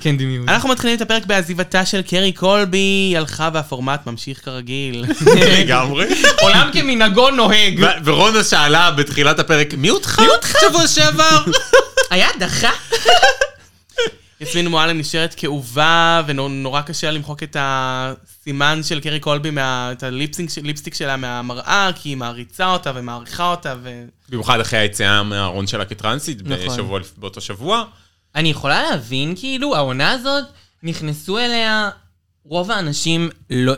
[SPEAKER 4] כן דימיוז.
[SPEAKER 3] אנחנו מתחילים את הפרק בעזיבתה של קרי קולבי, היא הלכה והפורמט ממשיך כרגיל.
[SPEAKER 4] לגמרי.
[SPEAKER 2] עולם כמנהגו נוהג.
[SPEAKER 4] ו- ורונה שאלה בתחילת הפרק, מי אותך?
[SPEAKER 2] שבוע שעבר. היה דחה?
[SPEAKER 3] יסמין מועלם נשארת כאובה, ונורא קשה לה למחוק את הסימן של קרי קולבי, מה- את הליפסינג של- ליפסטיק שלה מהמראה, כי היא מעריצה אותה ומעריכה אותה, ו...
[SPEAKER 4] במיוחד אחרי היציאה מהארון שלה כטרנסית,
[SPEAKER 2] נכון.
[SPEAKER 4] בשבוע לפ- באותו שבוע.
[SPEAKER 2] אני יכולה להבין, כאילו, העונה הזאת, נכנסו אליה רוב האנשים לא,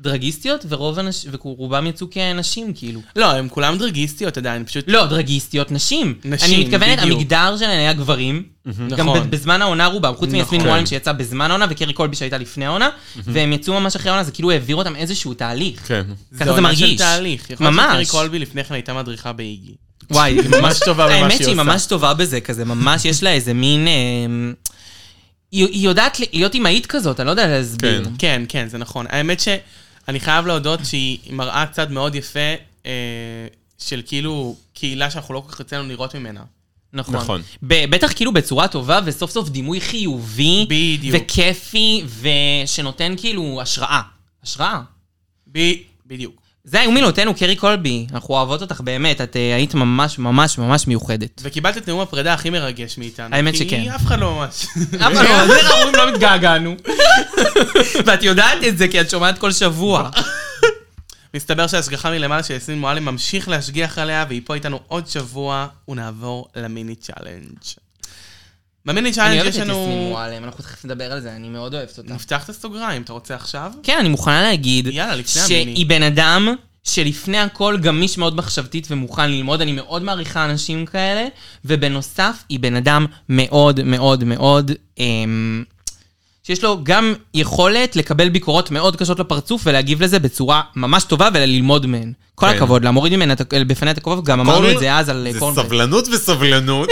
[SPEAKER 2] כדרגיסטיות, ורוב הנש... ורובם יצאו כנשים, כאילו.
[SPEAKER 3] לא, הם כולם דרגיסטיות עדיין, פשוט...
[SPEAKER 2] לא, דרגיסטיות, נשים.
[SPEAKER 3] נשים,
[SPEAKER 2] אני מתכוונת,
[SPEAKER 3] בדיוק.
[SPEAKER 2] המגדר שלהן היה גברים. גם
[SPEAKER 3] נכון.
[SPEAKER 2] ב- בזמן העונה רובם, חוץ מיסמין
[SPEAKER 3] נכון.
[SPEAKER 2] מועלם שיצא בזמן העונה, וקרי קולבי שהייתה לפני העונה, והם יצאו ממש אחרי העונה, זה כאילו העביר אותם איזשהו תהליך.
[SPEAKER 4] כן.
[SPEAKER 2] ככה זה
[SPEAKER 3] זה עונה
[SPEAKER 2] מרגיש.
[SPEAKER 3] של תהליך. יכול להיות
[SPEAKER 2] ממש.
[SPEAKER 3] שקרי קולבי לפני כן הייתה מדריכה באיגי.
[SPEAKER 2] וואי, היא
[SPEAKER 3] ממש טובה במה
[SPEAKER 2] האמת
[SPEAKER 3] שהיא
[SPEAKER 2] שהיא
[SPEAKER 3] עושה.
[SPEAKER 2] ממש טובה בזה, כזה, ממש יש לה איזה מין... אמ, היא היא יודעת להיות אמהית כזאת, אני לא יודעת להסביר.
[SPEAKER 4] כן.
[SPEAKER 3] כן, כן, זה נכון. האמת שאני חייב להודות שהיא מראה צד מאוד יפה אה, של כאילו קהילה שאנחנו לא כל כך רצינו לראות ממנה.
[SPEAKER 2] נכון.
[SPEAKER 4] נכון.
[SPEAKER 2] ב- בטח כאילו בצורה טובה, וסוף סוף דימוי חיובי,
[SPEAKER 3] בדיוק.
[SPEAKER 2] וכיפי, ושנותן כאילו השראה. השראה.
[SPEAKER 3] ב- בדיוק.
[SPEAKER 2] זה היו מילותינו, קרי קולבי. אנחנו אוהבות אותך באמת, את אה, היית ממש ממש ממש מיוחדת.
[SPEAKER 3] וקיבלת את נאום הפרידה הכי מרגש מאיתנו.
[SPEAKER 2] האמת
[SPEAKER 3] כי
[SPEAKER 2] שכן.
[SPEAKER 3] אף אחד לא ממש.
[SPEAKER 2] אבל לא, זה ההורים לא מתגעגענו. ואת יודעת את זה, כי את שומעת כל שבוע.
[SPEAKER 3] מסתבר שההשגחה מלמעלה של יסמין מועלם ממשיך להשגיח עליה, והיא פה איתנו עוד שבוע, ונעבור למיני צ'אלנג'. במיני
[SPEAKER 2] אני
[SPEAKER 3] צ'אלנג'
[SPEAKER 2] אוהבת את
[SPEAKER 3] יש
[SPEAKER 2] יסמין
[SPEAKER 3] לנו...
[SPEAKER 2] מועלם, אנחנו תכף נדבר על זה, אני מאוד אוהבת אותה.
[SPEAKER 3] נפתח את הסוגריים, אתה רוצה עכשיו?
[SPEAKER 2] כן, אני מוכנה להגיד,
[SPEAKER 3] יאללה, לפני המיני.
[SPEAKER 2] שהיא בן אדם שלפני הכל גמיש מאוד מחשבתית ומוכן ללמוד, אני מאוד מעריכה אנשים כאלה, ובנוסף, היא בן אדם מאוד מאוד מאוד, אמ, שיש לו גם יכולת לקבל ביקורות מאוד קשות לפרצוף ולהגיב לזה בצורה ממש טובה וללמוד מהן. כל
[SPEAKER 4] כן.
[SPEAKER 2] הכבוד לה, מוריד ממנה את הכ- בפניה את הכובע, גם אמרנו את זה אז על אה,
[SPEAKER 4] זה
[SPEAKER 2] קורנפלקס.
[SPEAKER 4] סבלנות וסבלנות.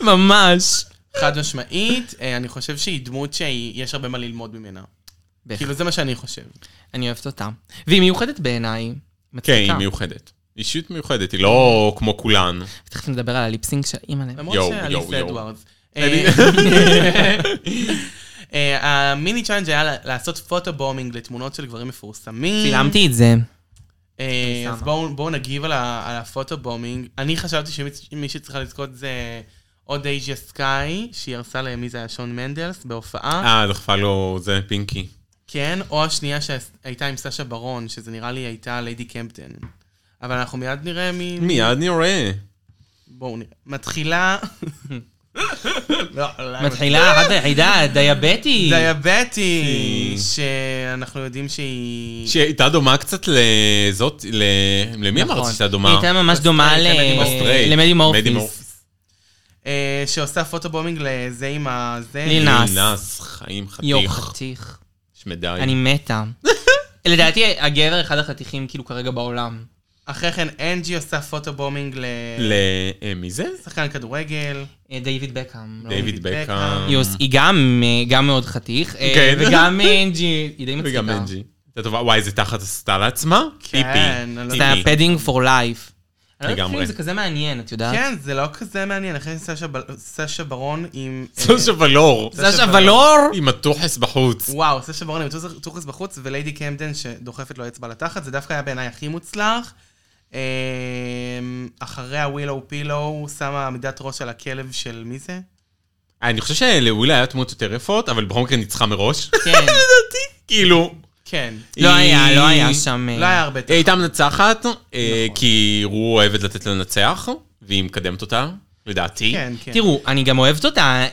[SPEAKER 2] ממש.
[SPEAKER 3] חד משמעית, אה, אני חושב שהיא דמות שיש הרבה מה ללמוד ממנה.
[SPEAKER 2] בהחלט.
[SPEAKER 3] כאילו, זה מה שאני חושב.
[SPEAKER 2] אני אוהבת אותה. והיא מיוחדת בעיניי.
[SPEAKER 4] כן, היא
[SPEAKER 2] מצחיקה.
[SPEAKER 4] מיוחדת. אישיות מיוחדת, היא לא כמו כולן.
[SPEAKER 2] תכף נדבר על הליפסינג של אימא'לה.
[SPEAKER 3] למרות
[SPEAKER 4] יואו,
[SPEAKER 3] שאליס
[SPEAKER 4] יואו, יואו.
[SPEAKER 3] אדוארדס. אה, אה, המיני צ'אלנג' היה לעשות פוטו-בומינג לתמונות של גברים מפורסמים.
[SPEAKER 2] צילמתי את זה.
[SPEAKER 3] אה, אז
[SPEAKER 2] שמה.
[SPEAKER 3] בואו בואו נגיב על ה- על הפוטו-בומינג. אני חשבתי שמי מי שצריכה לזכות זה עוד אייג'יה סקאי, שהיא הרסה למי זה היה שון מנדלס בהופעה.
[SPEAKER 4] אה, דחפה לו זה פינקי.
[SPEAKER 3] כן, או השנייה שהייתה עם סשה ברון, שזה נראה לי הייתה ליידי קמפטן. אבל אנחנו מיד נראה מי...
[SPEAKER 4] מיד נראה.
[SPEAKER 3] בואו נראה. מתחילה... לא, לא,
[SPEAKER 2] מתחילה אחת היחידה, דיאבטי.
[SPEAKER 3] דיאבטי,
[SPEAKER 4] היא-
[SPEAKER 3] שאנחנו יודעים שהיא...
[SPEAKER 4] שהיא הייתה דומה קצת לזאת, ל- למי אמרת שהייתה דומה?
[SPEAKER 2] נכון. היא הייתה ממש דומה ל- אה,
[SPEAKER 3] למדי
[SPEAKER 4] מורפיס.
[SPEAKER 2] למדי
[SPEAKER 4] מדי
[SPEAKER 2] מורפיס.
[SPEAKER 4] מורפיס.
[SPEAKER 3] אה, שעושה פוטובומינג לזה עם ה... זה.
[SPEAKER 2] ליל
[SPEAKER 4] היא
[SPEAKER 2] נס.
[SPEAKER 4] נס, חיים
[SPEAKER 2] יו,
[SPEAKER 4] חתיך.
[SPEAKER 2] חתיך.
[SPEAKER 4] שמדי.
[SPEAKER 2] אני מתה. לדעתי, הגבר אחד החתיכים כאילו כרגע בעולם.
[SPEAKER 3] אחרי כן אנג'י עושה פוטובומינג ל...
[SPEAKER 4] ל... אה, מי זה?
[SPEAKER 3] שחקן כדורגל.
[SPEAKER 2] אה, דיוויד בקאם. לא?
[SPEAKER 4] דיוויד
[SPEAKER 3] בקאם.
[SPEAKER 4] בקאם.
[SPEAKER 2] היא עוש- היא גם אה, גם מאוד חתיך, אה,
[SPEAKER 4] כן.
[SPEAKER 2] וגם אה, אנג'י, היא די מצחיקה.
[SPEAKER 4] וגם אנג'י. הייתה טובה, וואי, איזה תחת עשתה לעצמה?
[SPEAKER 2] כן,
[SPEAKER 3] אני לא-
[SPEAKER 2] זה היה
[SPEAKER 4] טיפי.
[SPEAKER 2] פדינג פור לייף. אני לא יודעת
[SPEAKER 4] לגמרי.
[SPEAKER 2] אם זה כזה מעניין, את יודעת?
[SPEAKER 3] כן, זה לא כזה מעניין. אחרי סשה ב- סשה ברון עם... אה,
[SPEAKER 4] סושה ולור.
[SPEAKER 3] זה
[SPEAKER 2] סשה
[SPEAKER 3] שווה.
[SPEAKER 2] ולור!
[SPEAKER 4] עם הטוחס בחוץ.
[SPEAKER 3] וואו, סשה ברון עם טוחס- טוחס בחוץ, וליידי קמפטן שדוחפת לו אצבע לתחת, זה דווקא היה בעיניי הכי מוצלח. אמ, אה, אחריה ווילו פילו שמה עמידת ראש על הכלב של מי זה?
[SPEAKER 4] אני חושב שלווילה היה תמות יותר יפות, אבל בכל מקרה ניצחה מראש.
[SPEAKER 2] כן.
[SPEAKER 4] כאילו,
[SPEAKER 3] כן.
[SPEAKER 2] לא
[SPEAKER 4] היא-
[SPEAKER 2] היה, לא היה שם... אה,
[SPEAKER 3] לא היה הרבה
[SPEAKER 4] היא
[SPEAKER 3] תחרות.
[SPEAKER 4] הייתה מנצחת, אה, כי רו אוהבת לתת לה לנצח, והיא מקדמת אותה, לדעתי.
[SPEAKER 3] כן, כן.
[SPEAKER 2] תראו, אני גם אוהבת אותה,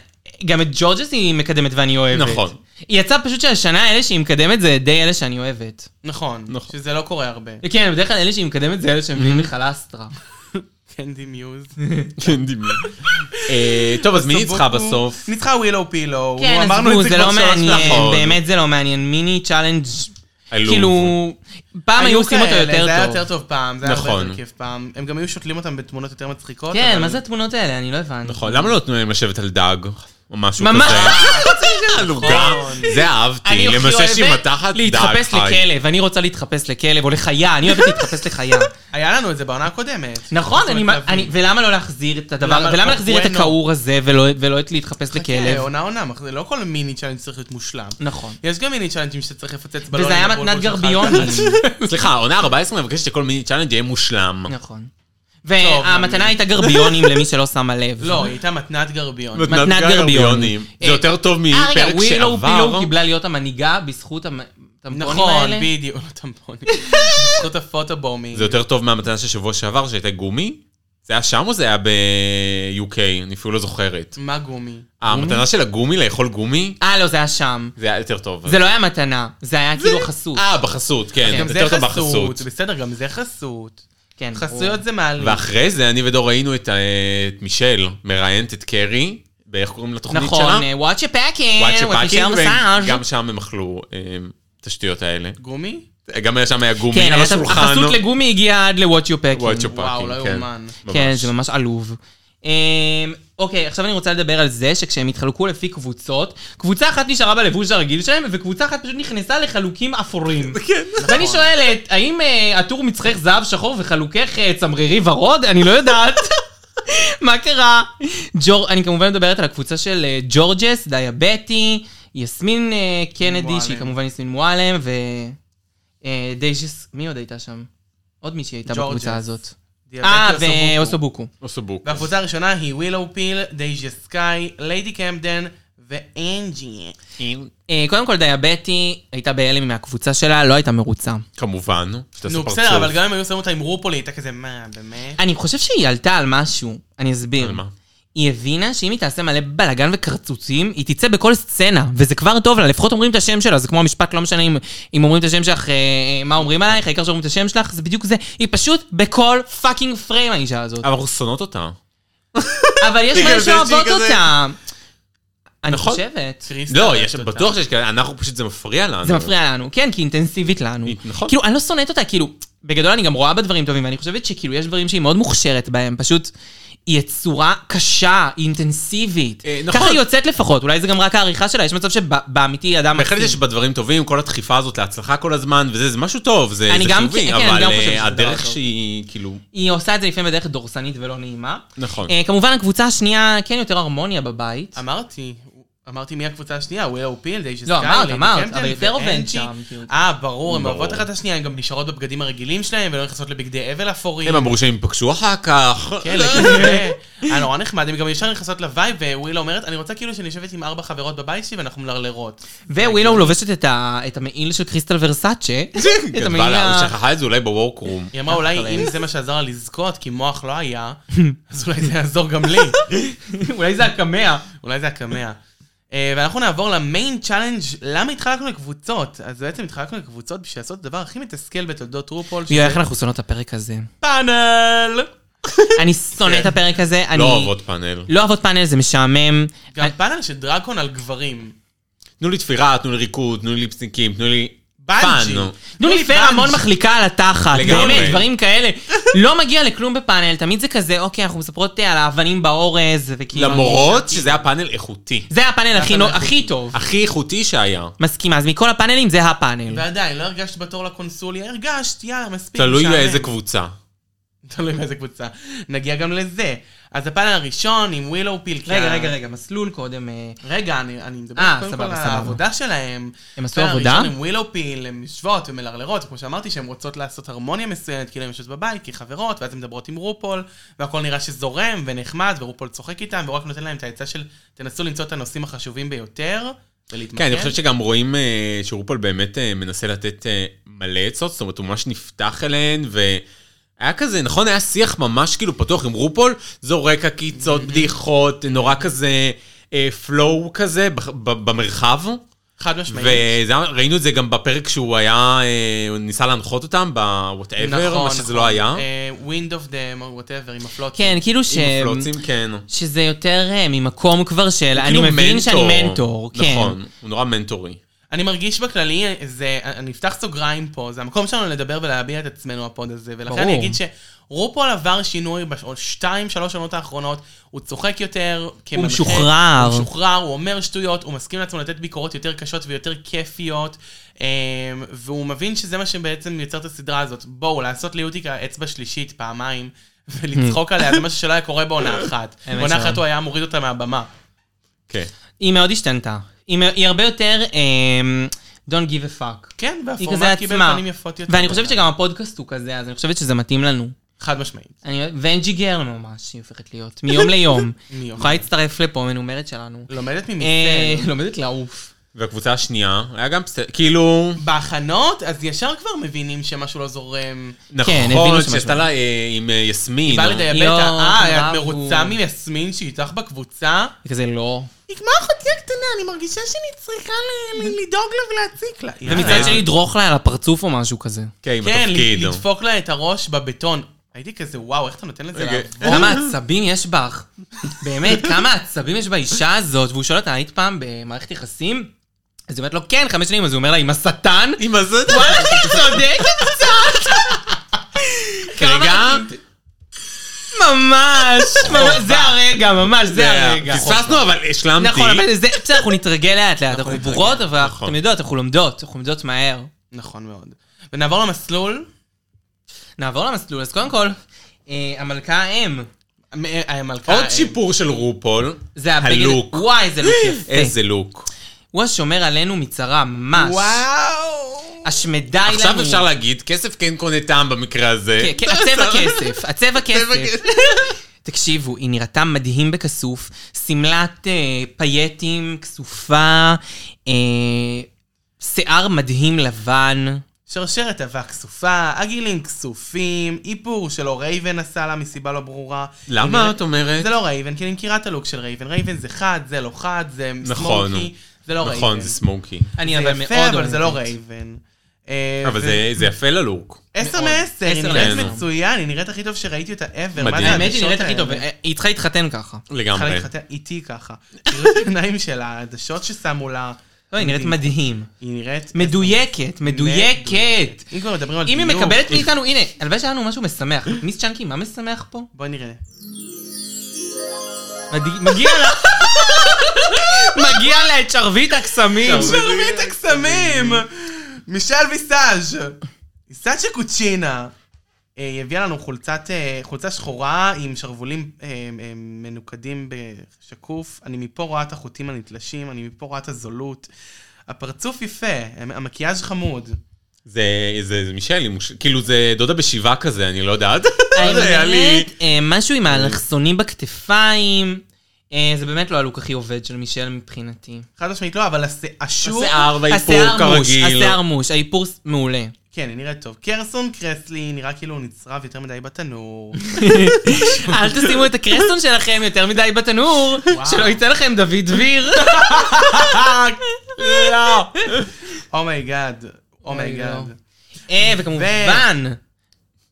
[SPEAKER 2] גם את ג'ורג'ס היא מקדמת ואני אוהבת.
[SPEAKER 4] נכון.
[SPEAKER 2] היא יצאה פשוט שהשנה אלה שהיא מקדמת זה די אלה שאני אוהבת.
[SPEAKER 3] נכון,
[SPEAKER 4] נכון.
[SPEAKER 3] שזה לא קורה הרבה.
[SPEAKER 2] כן, בדרך כלל אלה שהיא מקדמת זה אלה שמביאים לך לאסטרה.
[SPEAKER 3] כן, קנדי מיוז.
[SPEAKER 4] כן, דמיון. אה, טוב, אז מי ניצחה
[SPEAKER 3] סובוקו.
[SPEAKER 4] בסוף?
[SPEAKER 3] ניצחה ווילו פילו.
[SPEAKER 2] כן,
[SPEAKER 3] אמרנו
[SPEAKER 2] עזבו,
[SPEAKER 3] את זה
[SPEAKER 2] זה
[SPEAKER 3] כבר
[SPEAKER 2] לא
[SPEAKER 3] שלוש
[SPEAKER 2] מעניין,
[SPEAKER 4] נכון.
[SPEAKER 2] באמת זה לא מעניין. מיני צ'אלנג'
[SPEAKER 4] עלוב.
[SPEAKER 2] כאילו, פעם היו עושים אותו
[SPEAKER 3] כאלה,
[SPEAKER 2] יותר
[SPEAKER 3] זה היה
[SPEAKER 2] טוב.
[SPEAKER 3] יותר טוב פעם, זה היה הרבה
[SPEAKER 4] נכון.
[SPEAKER 3] יותר כיף פעם. הם גם היו שותלים אותם בתמונות יותר מצחיקות.
[SPEAKER 2] כן,
[SPEAKER 3] אבל-
[SPEAKER 2] מה זה התמונות האלה? אני לא הבנתי.
[SPEAKER 4] נכון, למה לא נתנו להם לשבת על דג? או משהו
[SPEAKER 2] ממש. לא, נכון.
[SPEAKER 4] כזה. עלוקה. זה אהבתי,
[SPEAKER 2] אני הכי
[SPEAKER 4] למשש עם
[SPEAKER 2] אוהבת
[SPEAKER 4] התחת דג
[SPEAKER 2] להתחפש
[SPEAKER 4] חי.
[SPEAKER 2] לכלב, אני רוצה להתחפש לכלב או לחיה, אני אוהבת להתחפש לחיה.
[SPEAKER 3] היה לנו את זה בעונה הקודמת.
[SPEAKER 2] נכון,
[SPEAKER 3] זאת
[SPEAKER 2] אני,
[SPEAKER 3] אומרת, להביא.
[SPEAKER 2] אני, ולמה לא להחזיר את הדבר,
[SPEAKER 3] למה- לא-
[SPEAKER 2] ולמה להחזיר את
[SPEAKER 3] bueno.
[SPEAKER 2] הכעור הזה ולא, ולא את להתחפש
[SPEAKER 3] כן,
[SPEAKER 2] לכלב?
[SPEAKER 3] עונה עונה, זה לא כל מיני צ'אלנג' צריך להיות מושלם.
[SPEAKER 2] נכון.
[SPEAKER 3] יש גם מיני צ'אלנג'ים שצריך
[SPEAKER 4] לא
[SPEAKER 3] לפוצץ בלון.
[SPEAKER 2] וזה היה
[SPEAKER 3] עם הבולבול
[SPEAKER 2] מתנת
[SPEAKER 3] שלך.
[SPEAKER 2] גרביונים.
[SPEAKER 4] סליחה, עונה 14 מבקשת שכל מיני צ'אלנג' יהיה מושלם.
[SPEAKER 2] נכון.
[SPEAKER 3] מאמין.
[SPEAKER 2] והמתנה הייתה גרביונים למי שלא שמה לב.
[SPEAKER 3] לא, היא הייתה מתנת גרביון.
[SPEAKER 4] מתנת
[SPEAKER 2] מתנת
[SPEAKER 4] גרביונים.
[SPEAKER 2] גרביונים.
[SPEAKER 4] זה יותר טוב
[SPEAKER 2] אה, רגע,
[SPEAKER 4] מפרק
[SPEAKER 2] ווילו פילו
[SPEAKER 4] שעבר.
[SPEAKER 2] קיבלה להיות המנהיגה בזכות המ- הטמפונים
[SPEAKER 3] נכון,
[SPEAKER 2] האלה?
[SPEAKER 3] בדיוק, לא טמפונים. בזכות הפוטובומינג.
[SPEAKER 4] זה יותר טוב מהמתנה של שבוע שעבר שהייתה גומי? זה היה שם או זה היה ב-UK? אני אפילו לא זוכרת. אה,
[SPEAKER 3] מה גומי?
[SPEAKER 4] המתנה של הגומי, לאכול גומי,
[SPEAKER 2] אה, לא, זה היה שם.
[SPEAKER 4] זה היה יותר טוב.
[SPEAKER 2] זה לא היה מתנה, זה היה כאילו חסות.
[SPEAKER 4] אה, בחסות, כן.
[SPEAKER 3] גם לא- זה
[SPEAKER 4] יותר טוב
[SPEAKER 3] חסות.
[SPEAKER 4] בחסות.
[SPEAKER 3] בסדר, גם זה חסות.
[SPEAKER 2] כן, ברור.
[SPEAKER 3] חסויות זה מעליב.
[SPEAKER 4] ואחרי זה אני ודור ראינו את, אה, את מישל מראיינת את קרי, באיך קוראים לתוכנית
[SPEAKER 2] נכון,
[SPEAKER 3] אה,
[SPEAKER 4] שלה?
[SPEAKER 2] וואט שפאקינג,
[SPEAKER 4] What you
[SPEAKER 2] וואט
[SPEAKER 4] packing,
[SPEAKER 2] מסאז'.
[SPEAKER 4] וגם שם הם אכלו אה, את השטויות האלה.
[SPEAKER 3] גומי?
[SPEAKER 4] גם שם היה גומי
[SPEAKER 2] כן,
[SPEAKER 4] על
[SPEAKER 2] הש-
[SPEAKER 4] השולחן. לא?
[SPEAKER 2] החסות לגומי הגיעה עד לוואט יו
[SPEAKER 4] What
[SPEAKER 2] פאקינג.
[SPEAKER 4] you
[SPEAKER 3] וואו,
[SPEAKER 4] packing,
[SPEAKER 3] לא
[SPEAKER 4] כן.
[SPEAKER 3] יאומן.
[SPEAKER 2] כן,
[SPEAKER 4] ממש.
[SPEAKER 2] זה ממש עלוב. אמ, אוקיי, עכשיו אני רוצה לדבר על זה שכשהם התחלקו לפי קבוצות, קבוצה אחת נשארה בלבוש הרגיל שלהם, וקבוצה אחת פשוט נכנסה לחלוקים אפורים. כן. ואני שואלת, האם אה, עטור מצחך זהב שחור וחלוקך אה, צמרירי ורוד? אני לא יודעת. מה קרה? ג'ור... אני כמובן מדברת על הקבוצה של אה, ג'ורג'ס, דיאבטי, יסמין אה, קנדי,
[SPEAKER 3] מועלם.
[SPEAKER 2] שהיא כמובן יסמין מועלם, ו... אה, דייג'ס... מי עוד הייתה שם? עוד מישהי הייתה
[SPEAKER 3] ג'ורג'ס.
[SPEAKER 2] בקבוצה הזאת. אה,
[SPEAKER 3] דיאבטי אוסובוקו.
[SPEAKER 2] ואוסובוקו.
[SPEAKER 4] או סובוק.
[SPEAKER 3] והקבוצה הראשונה היא ווילו פיל, דייג'ה סקאי, ליידי קמפדן ואנג'י.
[SPEAKER 2] אה, קודם כל, דיאבטי הייתה בהלם מהקבוצה שלה, לא הייתה מרוצה.
[SPEAKER 4] כמובן, שתעשו
[SPEAKER 3] נו,
[SPEAKER 4] פרצוף.
[SPEAKER 3] בסדר, אבל גם אם היו שמים אותה עם רופול, היא הייתה כזה, מה, באמת?
[SPEAKER 2] אני חושב שהיא עלתה על משהו, אני אסביר.
[SPEAKER 4] על מה?
[SPEAKER 2] היא הבינה שאם היא תעשה מלא בלאגן וקרצוצים, היא תצא בכל סצנה, וזה כבר טוב לה, לפחות אומרים את השם שלה, זה כמו המשפט, לא משנה אם, אם אומרים את השם שלך, אה, מה אומרים עלייך, העיקר שאומרים את השם שלך, זה בדיוק זה. היא פשוט בכל פאקינג פריים, האישה הזאת.
[SPEAKER 4] אבל אנחנו שונאות אותה.
[SPEAKER 2] אבל יש
[SPEAKER 4] בגלל
[SPEAKER 2] מלא
[SPEAKER 4] זה שהיא
[SPEAKER 2] שאוהבות
[SPEAKER 4] כזה-
[SPEAKER 2] אותה. אני
[SPEAKER 4] נכון.
[SPEAKER 2] חושבת.
[SPEAKER 3] קריסטל
[SPEAKER 4] לא,
[SPEAKER 3] אוהבת
[SPEAKER 4] יש,
[SPEAKER 3] אותה.
[SPEAKER 4] בטוח שיש כאלה, אנחנו פשוט, זה מפריע לנו.
[SPEAKER 2] זה מפריע לנו, כן, כי היא אינטנסיבית לנו.
[SPEAKER 4] היא- נכון.
[SPEAKER 2] כאילו, אני לא שונאת אותה, כאילו, בגדול אני גם רואה בה דברים טובים, ואני חושבת שכאילו, יש דברים שהיא מאוד מוכשרת בהם, פשוט, היא יצורה קשה, היא אינטנסיבית.
[SPEAKER 4] אה, נכון.
[SPEAKER 2] ככה היא יוצאת לפחות, אולי זה גם רק העריכה שלה, יש מצב שבאמיתי היא אדם
[SPEAKER 4] בהחלט
[SPEAKER 2] מקסים.
[SPEAKER 4] יש בה דברים טובים, כל הדחיפה הזאת להצלחה כל הזמן, וזה זה משהו טוב, זה
[SPEAKER 2] אני
[SPEAKER 4] זה
[SPEAKER 2] גם
[SPEAKER 4] חיובי,
[SPEAKER 2] כן, כן, אני
[SPEAKER 4] אבל
[SPEAKER 2] גם חושבת
[SPEAKER 4] אה,
[SPEAKER 2] שזה דבר
[SPEAKER 4] הדרך
[SPEAKER 2] טוב.
[SPEAKER 4] שהיא, כאילו,
[SPEAKER 2] היא עושה את זה לפעמים בדרך דורסנית ולא נעימה.
[SPEAKER 4] נכון.
[SPEAKER 2] אה, כמובן, הקבוצה השנייה, כן יותר הרמוניה בבית.
[SPEAKER 4] אמ,
[SPEAKER 3] אמרתי, אמרתי מי הקבוצה השנייה, ווילאו פיל, דייג'ס
[SPEAKER 2] לא, אמרת, אמרת, אבל יותר עובד שם, כאילו.
[SPEAKER 3] אה, ברור, הן
[SPEAKER 4] ברור.
[SPEAKER 3] אוהבות אחת את השנייה, הן גם נשארות בבגדים הרגילים שלהן, ולא נכנסות לבגדי אבל אפורים.
[SPEAKER 4] הם אמרו שהם ייפגשו אחר כך.
[SPEAKER 3] כן, לגמרי. היה נורא נחמד, הן גם ישר נכנסות לווייב, ווילה אומרת, אני רוצה כאילו שאני יושבת עם ארבע חברות בבית שלי ואנחנו מלרלרות.
[SPEAKER 4] כן.
[SPEAKER 2] ווילאו לובשת את ה- את המעיל של קריסטל ורסאצ'ה. את
[SPEAKER 4] גדבה
[SPEAKER 2] המעיל
[SPEAKER 4] לה,
[SPEAKER 2] ה-
[SPEAKER 4] כן, הוא שכחה את זה אולי בוורק רום.
[SPEAKER 3] היא אמרה, אולי אם זה מה שעזר לה לזכות, כי מוח לא היה, אז אולי זה יעזור גם לי.
[SPEAKER 2] אולי זה הקמע.
[SPEAKER 3] אולי זה הקמע. אה, ואנחנו נעבור למיין צ'אלנג', למה התחלקנו לקבוצות? אז בעצם התחלקנו לקבוצות בשביל לעשות את הדבר הכי מתסכל בתולדות רופול,
[SPEAKER 2] יואי, איך אנחנו שונאות את הפרק הזה.
[SPEAKER 3] פאנל!
[SPEAKER 2] אני שונא את הפרק הזה, אני...
[SPEAKER 4] לא אוהבות פאנל.
[SPEAKER 2] לא אוהבות פאנל, זה משעמם.
[SPEAKER 3] גם פאנל של דרקון על גברים.
[SPEAKER 4] תנו לי תפירה, תנו לי ריקוד, תנו לי ליפסטיקים, תנו לי...
[SPEAKER 3] בנג'י.
[SPEAKER 4] פאן.
[SPEAKER 2] תנו לי פר
[SPEAKER 3] פאנג'.
[SPEAKER 2] המון מחליקה על התחת,
[SPEAKER 4] לגמרי.
[SPEAKER 2] באמת, דברים כאלה. לא מגיע לכלום בפאנל, תמיד זה כזה, אוקיי, אנחנו מספרות אה, על האבנים באורז, וכאילו...
[SPEAKER 4] למרות שזה היה פאנל איכותי.
[SPEAKER 2] זה הפאנל הכי
[SPEAKER 3] הפאנל
[SPEAKER 2] נו-
[SPEAKER 3] הכי
[SPEAKER 2] הכי טוב.
[SPEAKER 4] הכי איכותי שהיה.
[SPEAKER 2] מסכימה, אז מכל הפאנלים זה הפאנל.
[SPEAKER 3] ועדיין, לא הרגשת בתור לקונסוליה, הרגשת, יאללה, מספיק.
[SPEAKER 4] תלוי
[SPEAKER 3] משעמם.
[SPEAKER 4] לאיזה קבוצה.
[SPEAKER 3] תלוי מאיזה קבוצה. נגיע גם לזה. אז הפאנל הראשון עם ווילאו פיל. כי
[SPEAKER 2] רגע,
[SPEAKER 3] ה-
[SPEAKER 2] רגע, רגע, מסלול קודם. אה,
[SPEAKER 3] רגע, אני, אני מדבר
[SPEAKER 2] אה,
[SPEAKER 3] קודם כל
[SPEAKER 2] סבבה,
[SPEAKER 3] על
[SPEAKER 2] סבבה.
[SPEAKER 3] העבודה שלהם.
[SPEAKER 2] הם עשו
[SPEAKER 3] הפרק
[SPEAKER 2] עבודה?
[SPEAKER 3] הראשון הם ווילאו פיל, הן יושבות ומלרלרות, כמו שאמרתי, שהן רוצות לעשות הרמוניה מסוימת, כאילו הן יושבות בבית כחברות, ואז הן מדברות עם רופול, והכל נראה שזורם ונחמד, ורופול צוחק איתם, והוא רק נותן להם את העצה של תנסו למצוא את הנושאים החשובים ביותר, ולהתמקד.
[SPEAKER 4] כן, אני חושב שגם רואים אה, שרופול באמת אה, מנסה לתת אה, מלא עצות, זאת אומרת, הוא ממש נפתח אליהן, והיה כזה, נכון, היה שיח ממש כאילו פתוח עם רופול, זורק עקיצות, בדיחות, נורא כזה פלואו כזה בח- ב- במרחב.
[SPEAKER 3] חד משמעית.
[SPEAKER 4] וראינו את זה גם בפרק שהוא היה, אה, הוא ניסה להנחות אותם
[SPEAKER 2] נכון,
[SPEAKER 4] ב-whatever, מה שזה לא היה.
[SPEAKER 3] נכון, אה, Wind of them, or whatever, עם הפלוט.
[SPEAKER 2] כן, כאילו ש...
[SPEAKER 4] עם הפלוצים, כן.
[SPEAKER 2] שזה יותר אה, ממקום כבר של, אני
[SPEAKER 4] כאילו
[SPEAKER 2] מבין שאני מנטור, כן.
[SPEAKER 4] נכון, הוא נורא מנטורי.
[SPEAKER 3] אני מרגיש בכללי, זה, אני אפתח סוגריים פה, זה המקום שלנו לדבר ולהביע את עצמנו, הפוד הזה, ולכן
[SPEAKER 2] ברור.
[SPEAKER 3] אני אגיד שרופול עבר שינוי בשתיים, שלוש שנות האחרונות, הוא צוחק יותר, כמנחה,
[SPEAKER 2] משוחרר.
[SPEAKER 3] הוא משוחרר, הוא אומר שטויות, הוא מסכים לעצמו לתת ביקורות יותר קשות ויותר כיפיות, אמ, והוא מבין שזה מה שבעצם יוצר את הסדרה הזאת. בואו, לעשות ליוטיקה אצבע שלישית פעמיים, ולצחוק עליה, זה משהו שלא היה קורה בעונה אחת.
[SPEAKER 2] אמת
[SPEAKER 3] בעונה
[SPEAKER 2] שלא.
[SPEAKER 3] אחת הוא היה מוריד אותה מהבמה.
[SPEAKER 4] כן.
[SPEAKER 2] היא מאוד השתנתה. היא מא- היא הרבה יותר אמ, Don't give a fuck.
[SPEAKER 3] כן,
[SPEAKER 2] היא כזה
[SPEAKER 3] והפורמט קיבל
[SPEAKER 2] עצמה.
[SPEAKER 3] פנים יפות יותר.
[SPEAKER 2] ואני חושבת שגם הפודקאסט הוא כזה, אז אני חושבת שזה מתאים לנו.
[SPEAKER 3] חד משמעית.
[SPEAKER 2] אני- ונג'י גרל ממש, היא הופכת להיות, מיום ליום.
[SPEAKER 3] מיום. לא,
[SPEAKER 2] יכולה להצטרף לפה, מנומרת שלנו.
[SPEAKER 3] לומדת
[SPEAKER 2] אה,
[SPEAKER 3] ממיסל.
[SPEAKER 2] לומדת לעוף.
[SPEAKER 4] והקבוצה השנייה, היה גם בסדר, כאילו...
[SPEAKER 3] בהכנות, אז ישר כבר מבינים שמשהו לא זורם.
[SPEAKER 2] כן,
[SPEAKER 4] נכון,
[SPEAKER 2] הבינו שמשהו.
[SPEAKER 4] שעשתה לה אה, עם אה, יסמין.
[SPEAKER 3] בא
[SPEAKER 4] או-
[SPEAKER 3] לדייבט,
[SPEAKER 2] יואו,
[SPEAKER 3] אה, את
[SPEAKER 2] ברור.
[SPEAKER 3] מרוצה מיסמין שהיא איתך בקבוצה?
[SPEAKER 2] היא כזה לא.
[SPEAKER 3] היא כמו אחותי הקטנה, אני מרגישה שאני צריכה ל- ל- לדאוג לה ולהציק לה.
[SPEAKER 2] ומצד
[SPEAKER 3] יאללה.
[SPEAKER 2] שני, לדרוך לה על הפרצוף או משהו כזה.
[SPEAKER 4] כן, עם
[SPEAKER 3] כן,
[SPEAKER 4] התפקיד.
[SPEAKER 3] לדפוק לה את הראש בבטון. הייתי כזה, וואו, איך אתה נותן לזה
[SPEAKER 4] רגע.
[SPEAKER 3] לעבור?
[SPEAKER 2] כמה עצבים יש בך. באמת, כמה עצבים יש באישה הזאת. והוא שואל אותה, היית פעם במערכת יחסים? אז היא אומרת לו, כן, חמש שנים. אז הוא אומר לה, עם השטן?
[SPEAKER 4] עם הזה,
[SPEAKER 2] וואלה, היא צודקת קצת.
[SPEAKER 4] רגע,
[SPEAKER 2] כמה- ממש, ממש, זה הרגע, ממש, זה הרגע.
[SPEAKER 4] אה, פספסנו, אבל השלמתי.
[SPEAKER 2] נכון, אבל זה, בסדר, אנחנו נתרגל לאט לאט, אנחנו בורות, אבל אנחנו-
[SPEAKER 4] נכון.
[SPEAKER 2] אתם יודעות, אנחנו לומדות, אנחנו לומדות מהר.
[SPEAKER 3] נכון מאוד. ונעבור למסלול.
[SPEAKER 2] נעבור למסלול, אז קודם כל, אה, המלכה האם.
[SPEAKER 3] המ- המלכה...
[SPEAKER 4] עוד
[SPEAKER 3] אה,
[SPEAKER 4] שיפור של רופול.
[SPEAKER 2] זה הבגד-
[SPEAKER 4] הלוק.
[SPEAKER 2] וואי, זה לוק יפה.
[SPEAKER 4] איזה לוק.
[SPEAKER 2] הוא השומר עלינו מצרה, ממש.
[SPEAKER 3] וואו!
[SPEAKER 2] השמדה היא לנו.
[SPEAKER 4] עכשיו אפשר להגיד, כסף כן קונה טעם במקרה הזה.
[SPEAKER 2] כן, כן, הצבע כסף, הצבע כסף.
[SPEAKER 4] כסף.
[SPEAKER 2] תקשיבו, היא נראתה מדהים בכסוף, שמלת אה, פייטים, כסופה, אה, שיער מדהים לבן.
[SPEAKER 3] שרשרת אבק כסופה, עגילים כסופים, איפור שלא רייבן עשה לה מסיבה לא ברורה.
[SPEAKER 4] למה
[SPEAKER 3] היא
[SPEAKER 4] את אומרת?
[SPEAKER 3] זה לא רייבן, כי אני מכירה את הלוק של רייבן. רייבן זה חד, זה לא חד, זה
[SPEAKER 4] נכון,
[SPEAKER 3] סמוקי, זה לא רייבן.
[SPEAKER 4] נכון, זה סמוקי.
[SPEAKER 2] אני אבל מאוד
[SPEAKER 3] יפה, אבל זה לא
[SPEAKER 2] אוהבת.
[SPEAKER 3] רייבן. אה,
[SPEAKER 4] אבל
[SPEAKER 3] ו-
[SPEAKER 4] זה- זה יפה ללוק.
[SPEAKER 3] עשר
[SPEAKER 2] מאוד.
[SPEAKER 3] מעשר, היא
[SPEAKER 2] עשר
[SPEAKER 3] נראית
[SPEAKER 4] מעשר.
[SPEAKER 3] מצוין, היא נראית הכי טוב שראיתי אותה ever. מה
[SPEAKER 4] מדהים.
[SPEAKER 3] זה
[SPEAKER 2] האמת, היא
[SPEAKER 3] העדשות
[SPEAKER 2] נראית הכי טוב,
[SPEAKER 3] האלה?
[SPEAKER 2] היא צריכה להתחתן ככה.
[SPEAKER 3] צריכה
[SPEAKER 4] לגמרי.
[SPEAKER 3] להתחתן איתי ככה. תראו את העיניים שלה, העדשות ששמו לה.
[SPEAKER 2] לא, היא נראית מדהים.
[SPEAKER 3] היא נראית...
[SPEAKER 2] מדויקת, מדויקת.
[SPEAKER 3] אם כבר מדברים על
[SPEAKER 2] אם היא
[SPEAKER 3] דיוק,
[SPEAKER 2] מקבלת מאיתנו, הנה, הלוואי שהיה לנו משהו משמח. מיס צ'אנקי, מה משמח פה?
[SPEAKER 3] בואי נראה.
[SPEAKER 2] מד- מגיע לה... מגיע לה את שרביט הקסמים.
[SPEAKER 3] שרביט הקסמים! מישל ויסאז' ויסאג' קוצ'ינה. אה, היא הביאה לנו חולצת, אה, חולצה שחורה עם שרוולים אה, אה, מנוקדים בשקוף. אני מפה רואה את החוטים הנתלשים, אני מפה רואה את הזולות. הפרצוף יפה, המקיאז' חמוד.
[SPEAKER 4] זה, זה, זה מישל, היא מוש- כאילו זה דודה בשבעה כזה, אני לא יודעת. לא יודע, היה לי-
[SPEAKER 2] האמת, אה, משהו עם האלכסונים בכתפיים. אה, זה באמת לא הלוק הכי עובד של מישל מבחינתי.
[SPEAKER 3] חד משמעית לא, אבל הש- השור...
[SPEAKER 4] השיער והאיפור
[SPEAKER 2] השיער מוש,
[SPEAKER 4] כרגיל.
[SPEAKER 2] השיער מוש, האיפור ס- מעולה.
[SPEAKER 3] כן, היא נראית טוב. קרסון קרסלי נראה כאילו הוא נצרב יותר מדי בתנור.
[SPEAKER 2] אל תשימו את הקרסטון שלכם יותר מדי בתנור, שלא יצא לכם דוד דביר.
[SPEAKER 4] לא.
[SPEAKER 3] Oh אומייגאד, אומייגאד.
[SPEAKER 2] אה, וכמובן,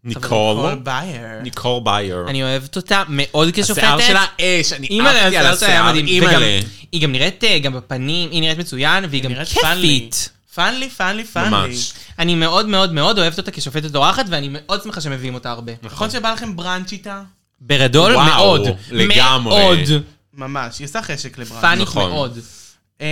[SPEAKER 4] ניקול.
[SPEAKER 3] כל בייר.
[SPEAKER 4] ניקול בייר.
[SPEAKER 2] אני אוהבת אותה מאוד כשופטת.
[SPEAKER 4] השיער שלה אש, אני
[SPEAKER 2] אימא'לה, לא
[SPEAKER 4] עפתי על
[SPEAKER 2] השיער שלה היה
[SPEAKER 4] השיער,
[SPEAKER 2] מדהים.
[SPEAKER 4] אימא'לה.
[SPEAKER 2] וגם- היא גם נראית אה, גם בפנים, היא נראית מצוין, והיא גם
[SPEAKER 3] נראית פאנלי.
[SPEAKER 2] כיפית.
[SPEAKER 3] פאנלי, פאנלי, פאנלי.
[SPEAKER 4] ממש.
[SPEAKER 2] אני מאוד מאוד מאוד אוהבת אותה כשופטת אורחת, ואני מאוד שמחה שמביאים אותה הרבה.
[SPEAKER 3] נכון שבא לכם בראנץ' איתה?
[SPEAKER 2] בגדול
[SPEAKER 4] וואו,
[SPEAKER 2] מאוד.
[SPEAKER 4] לגמרי.
[SPEAKER 2] מאוד.
[SPEAKER 3] ממש, היא עושה חשק לבראנץ'.
[SPEAKER 2] פאנית
[SPEAKER 4] נכון.
[SPEAKER 2] מאוד.
[SPEAKER 3] אה,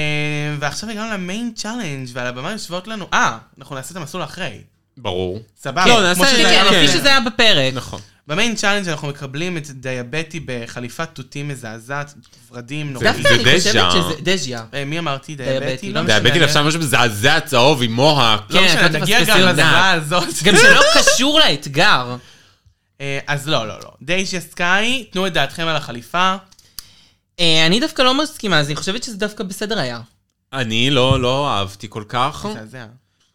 [SPEAKER 3] ועכשיו הגענו למיין צ'אלנג' ועל הבמה יושבות לנו... אה, אנחנו נעשה את המסלול אחרי.
[SPEAKER 4] ברור.
[SPEAKER 3] סבבה.
[SPEAKER 4] לא, נעשה
[SPEAKER 3] כמו
[SPEAKER 4] את
[SPEAKER 3] שזה
[SPEAKER 4] זה,
[SPEAKER 3] היה
[SPEAKER 2] כן,
[SPEAKER 4] כן.
[SPEAKER 2] כפי
[SPEAKER 3] בפרק.
[SPEAKER 2] שזה היה בפרק.
[SPEAKER 4] נכון.
[SPEAKER 3] במיין צ'אלנג' אנחנו מקבלים את דיאבטי בחליפת תותים מזעזעת, ורדים נוראים.
[SPEAKER 2] דווקא אני
[SPEAKER 4] זה
[SPEAKER 2] חושבת
[SPEAKER 4] דז'ה.
[SPEAKER 2] שזה דז'ה.
[SPEAKER 3] אה, מי אמרתי?
[SPEAKER 2] דיאבטי,
[SPEAKER 3] דיאבטי? לא
[SPEAKER 2] לא
[SPEAKER 3] משנה.
[SPEAKER 4] דיאבטי לבשה משהו מזעזע צהוב עם מוהק.
[SPEAKER 3] לא
[SPEAKER 2] כן,
[SPEAKER 3] משנה,
[SPEAKER 2] אתה
[SPEAKER 3] תגיע
[SPEAKER 2] מפספס
[SPEAKER 3] גם
[SPEAKER 2] עונה.
[SPEAKER 3] לזרה הזאת.
[SPEAKER 2] גם שלא קשור לאתגר.
[SPEAKER 3] אה, אז לא, לא, לא. דייג'ה סקאי, תנו את דעתכם על החליפה.
[SPEAKER 2] אה, אני דווקא לא מסכימה, אז אני חושבת שזה דווקא בסדר היה.
[SPEAKER 4] אני לא, לא אהבתי כל כך.
[SPEAKER 2] אוקיי.
[SPEAKER 3] מזעזע.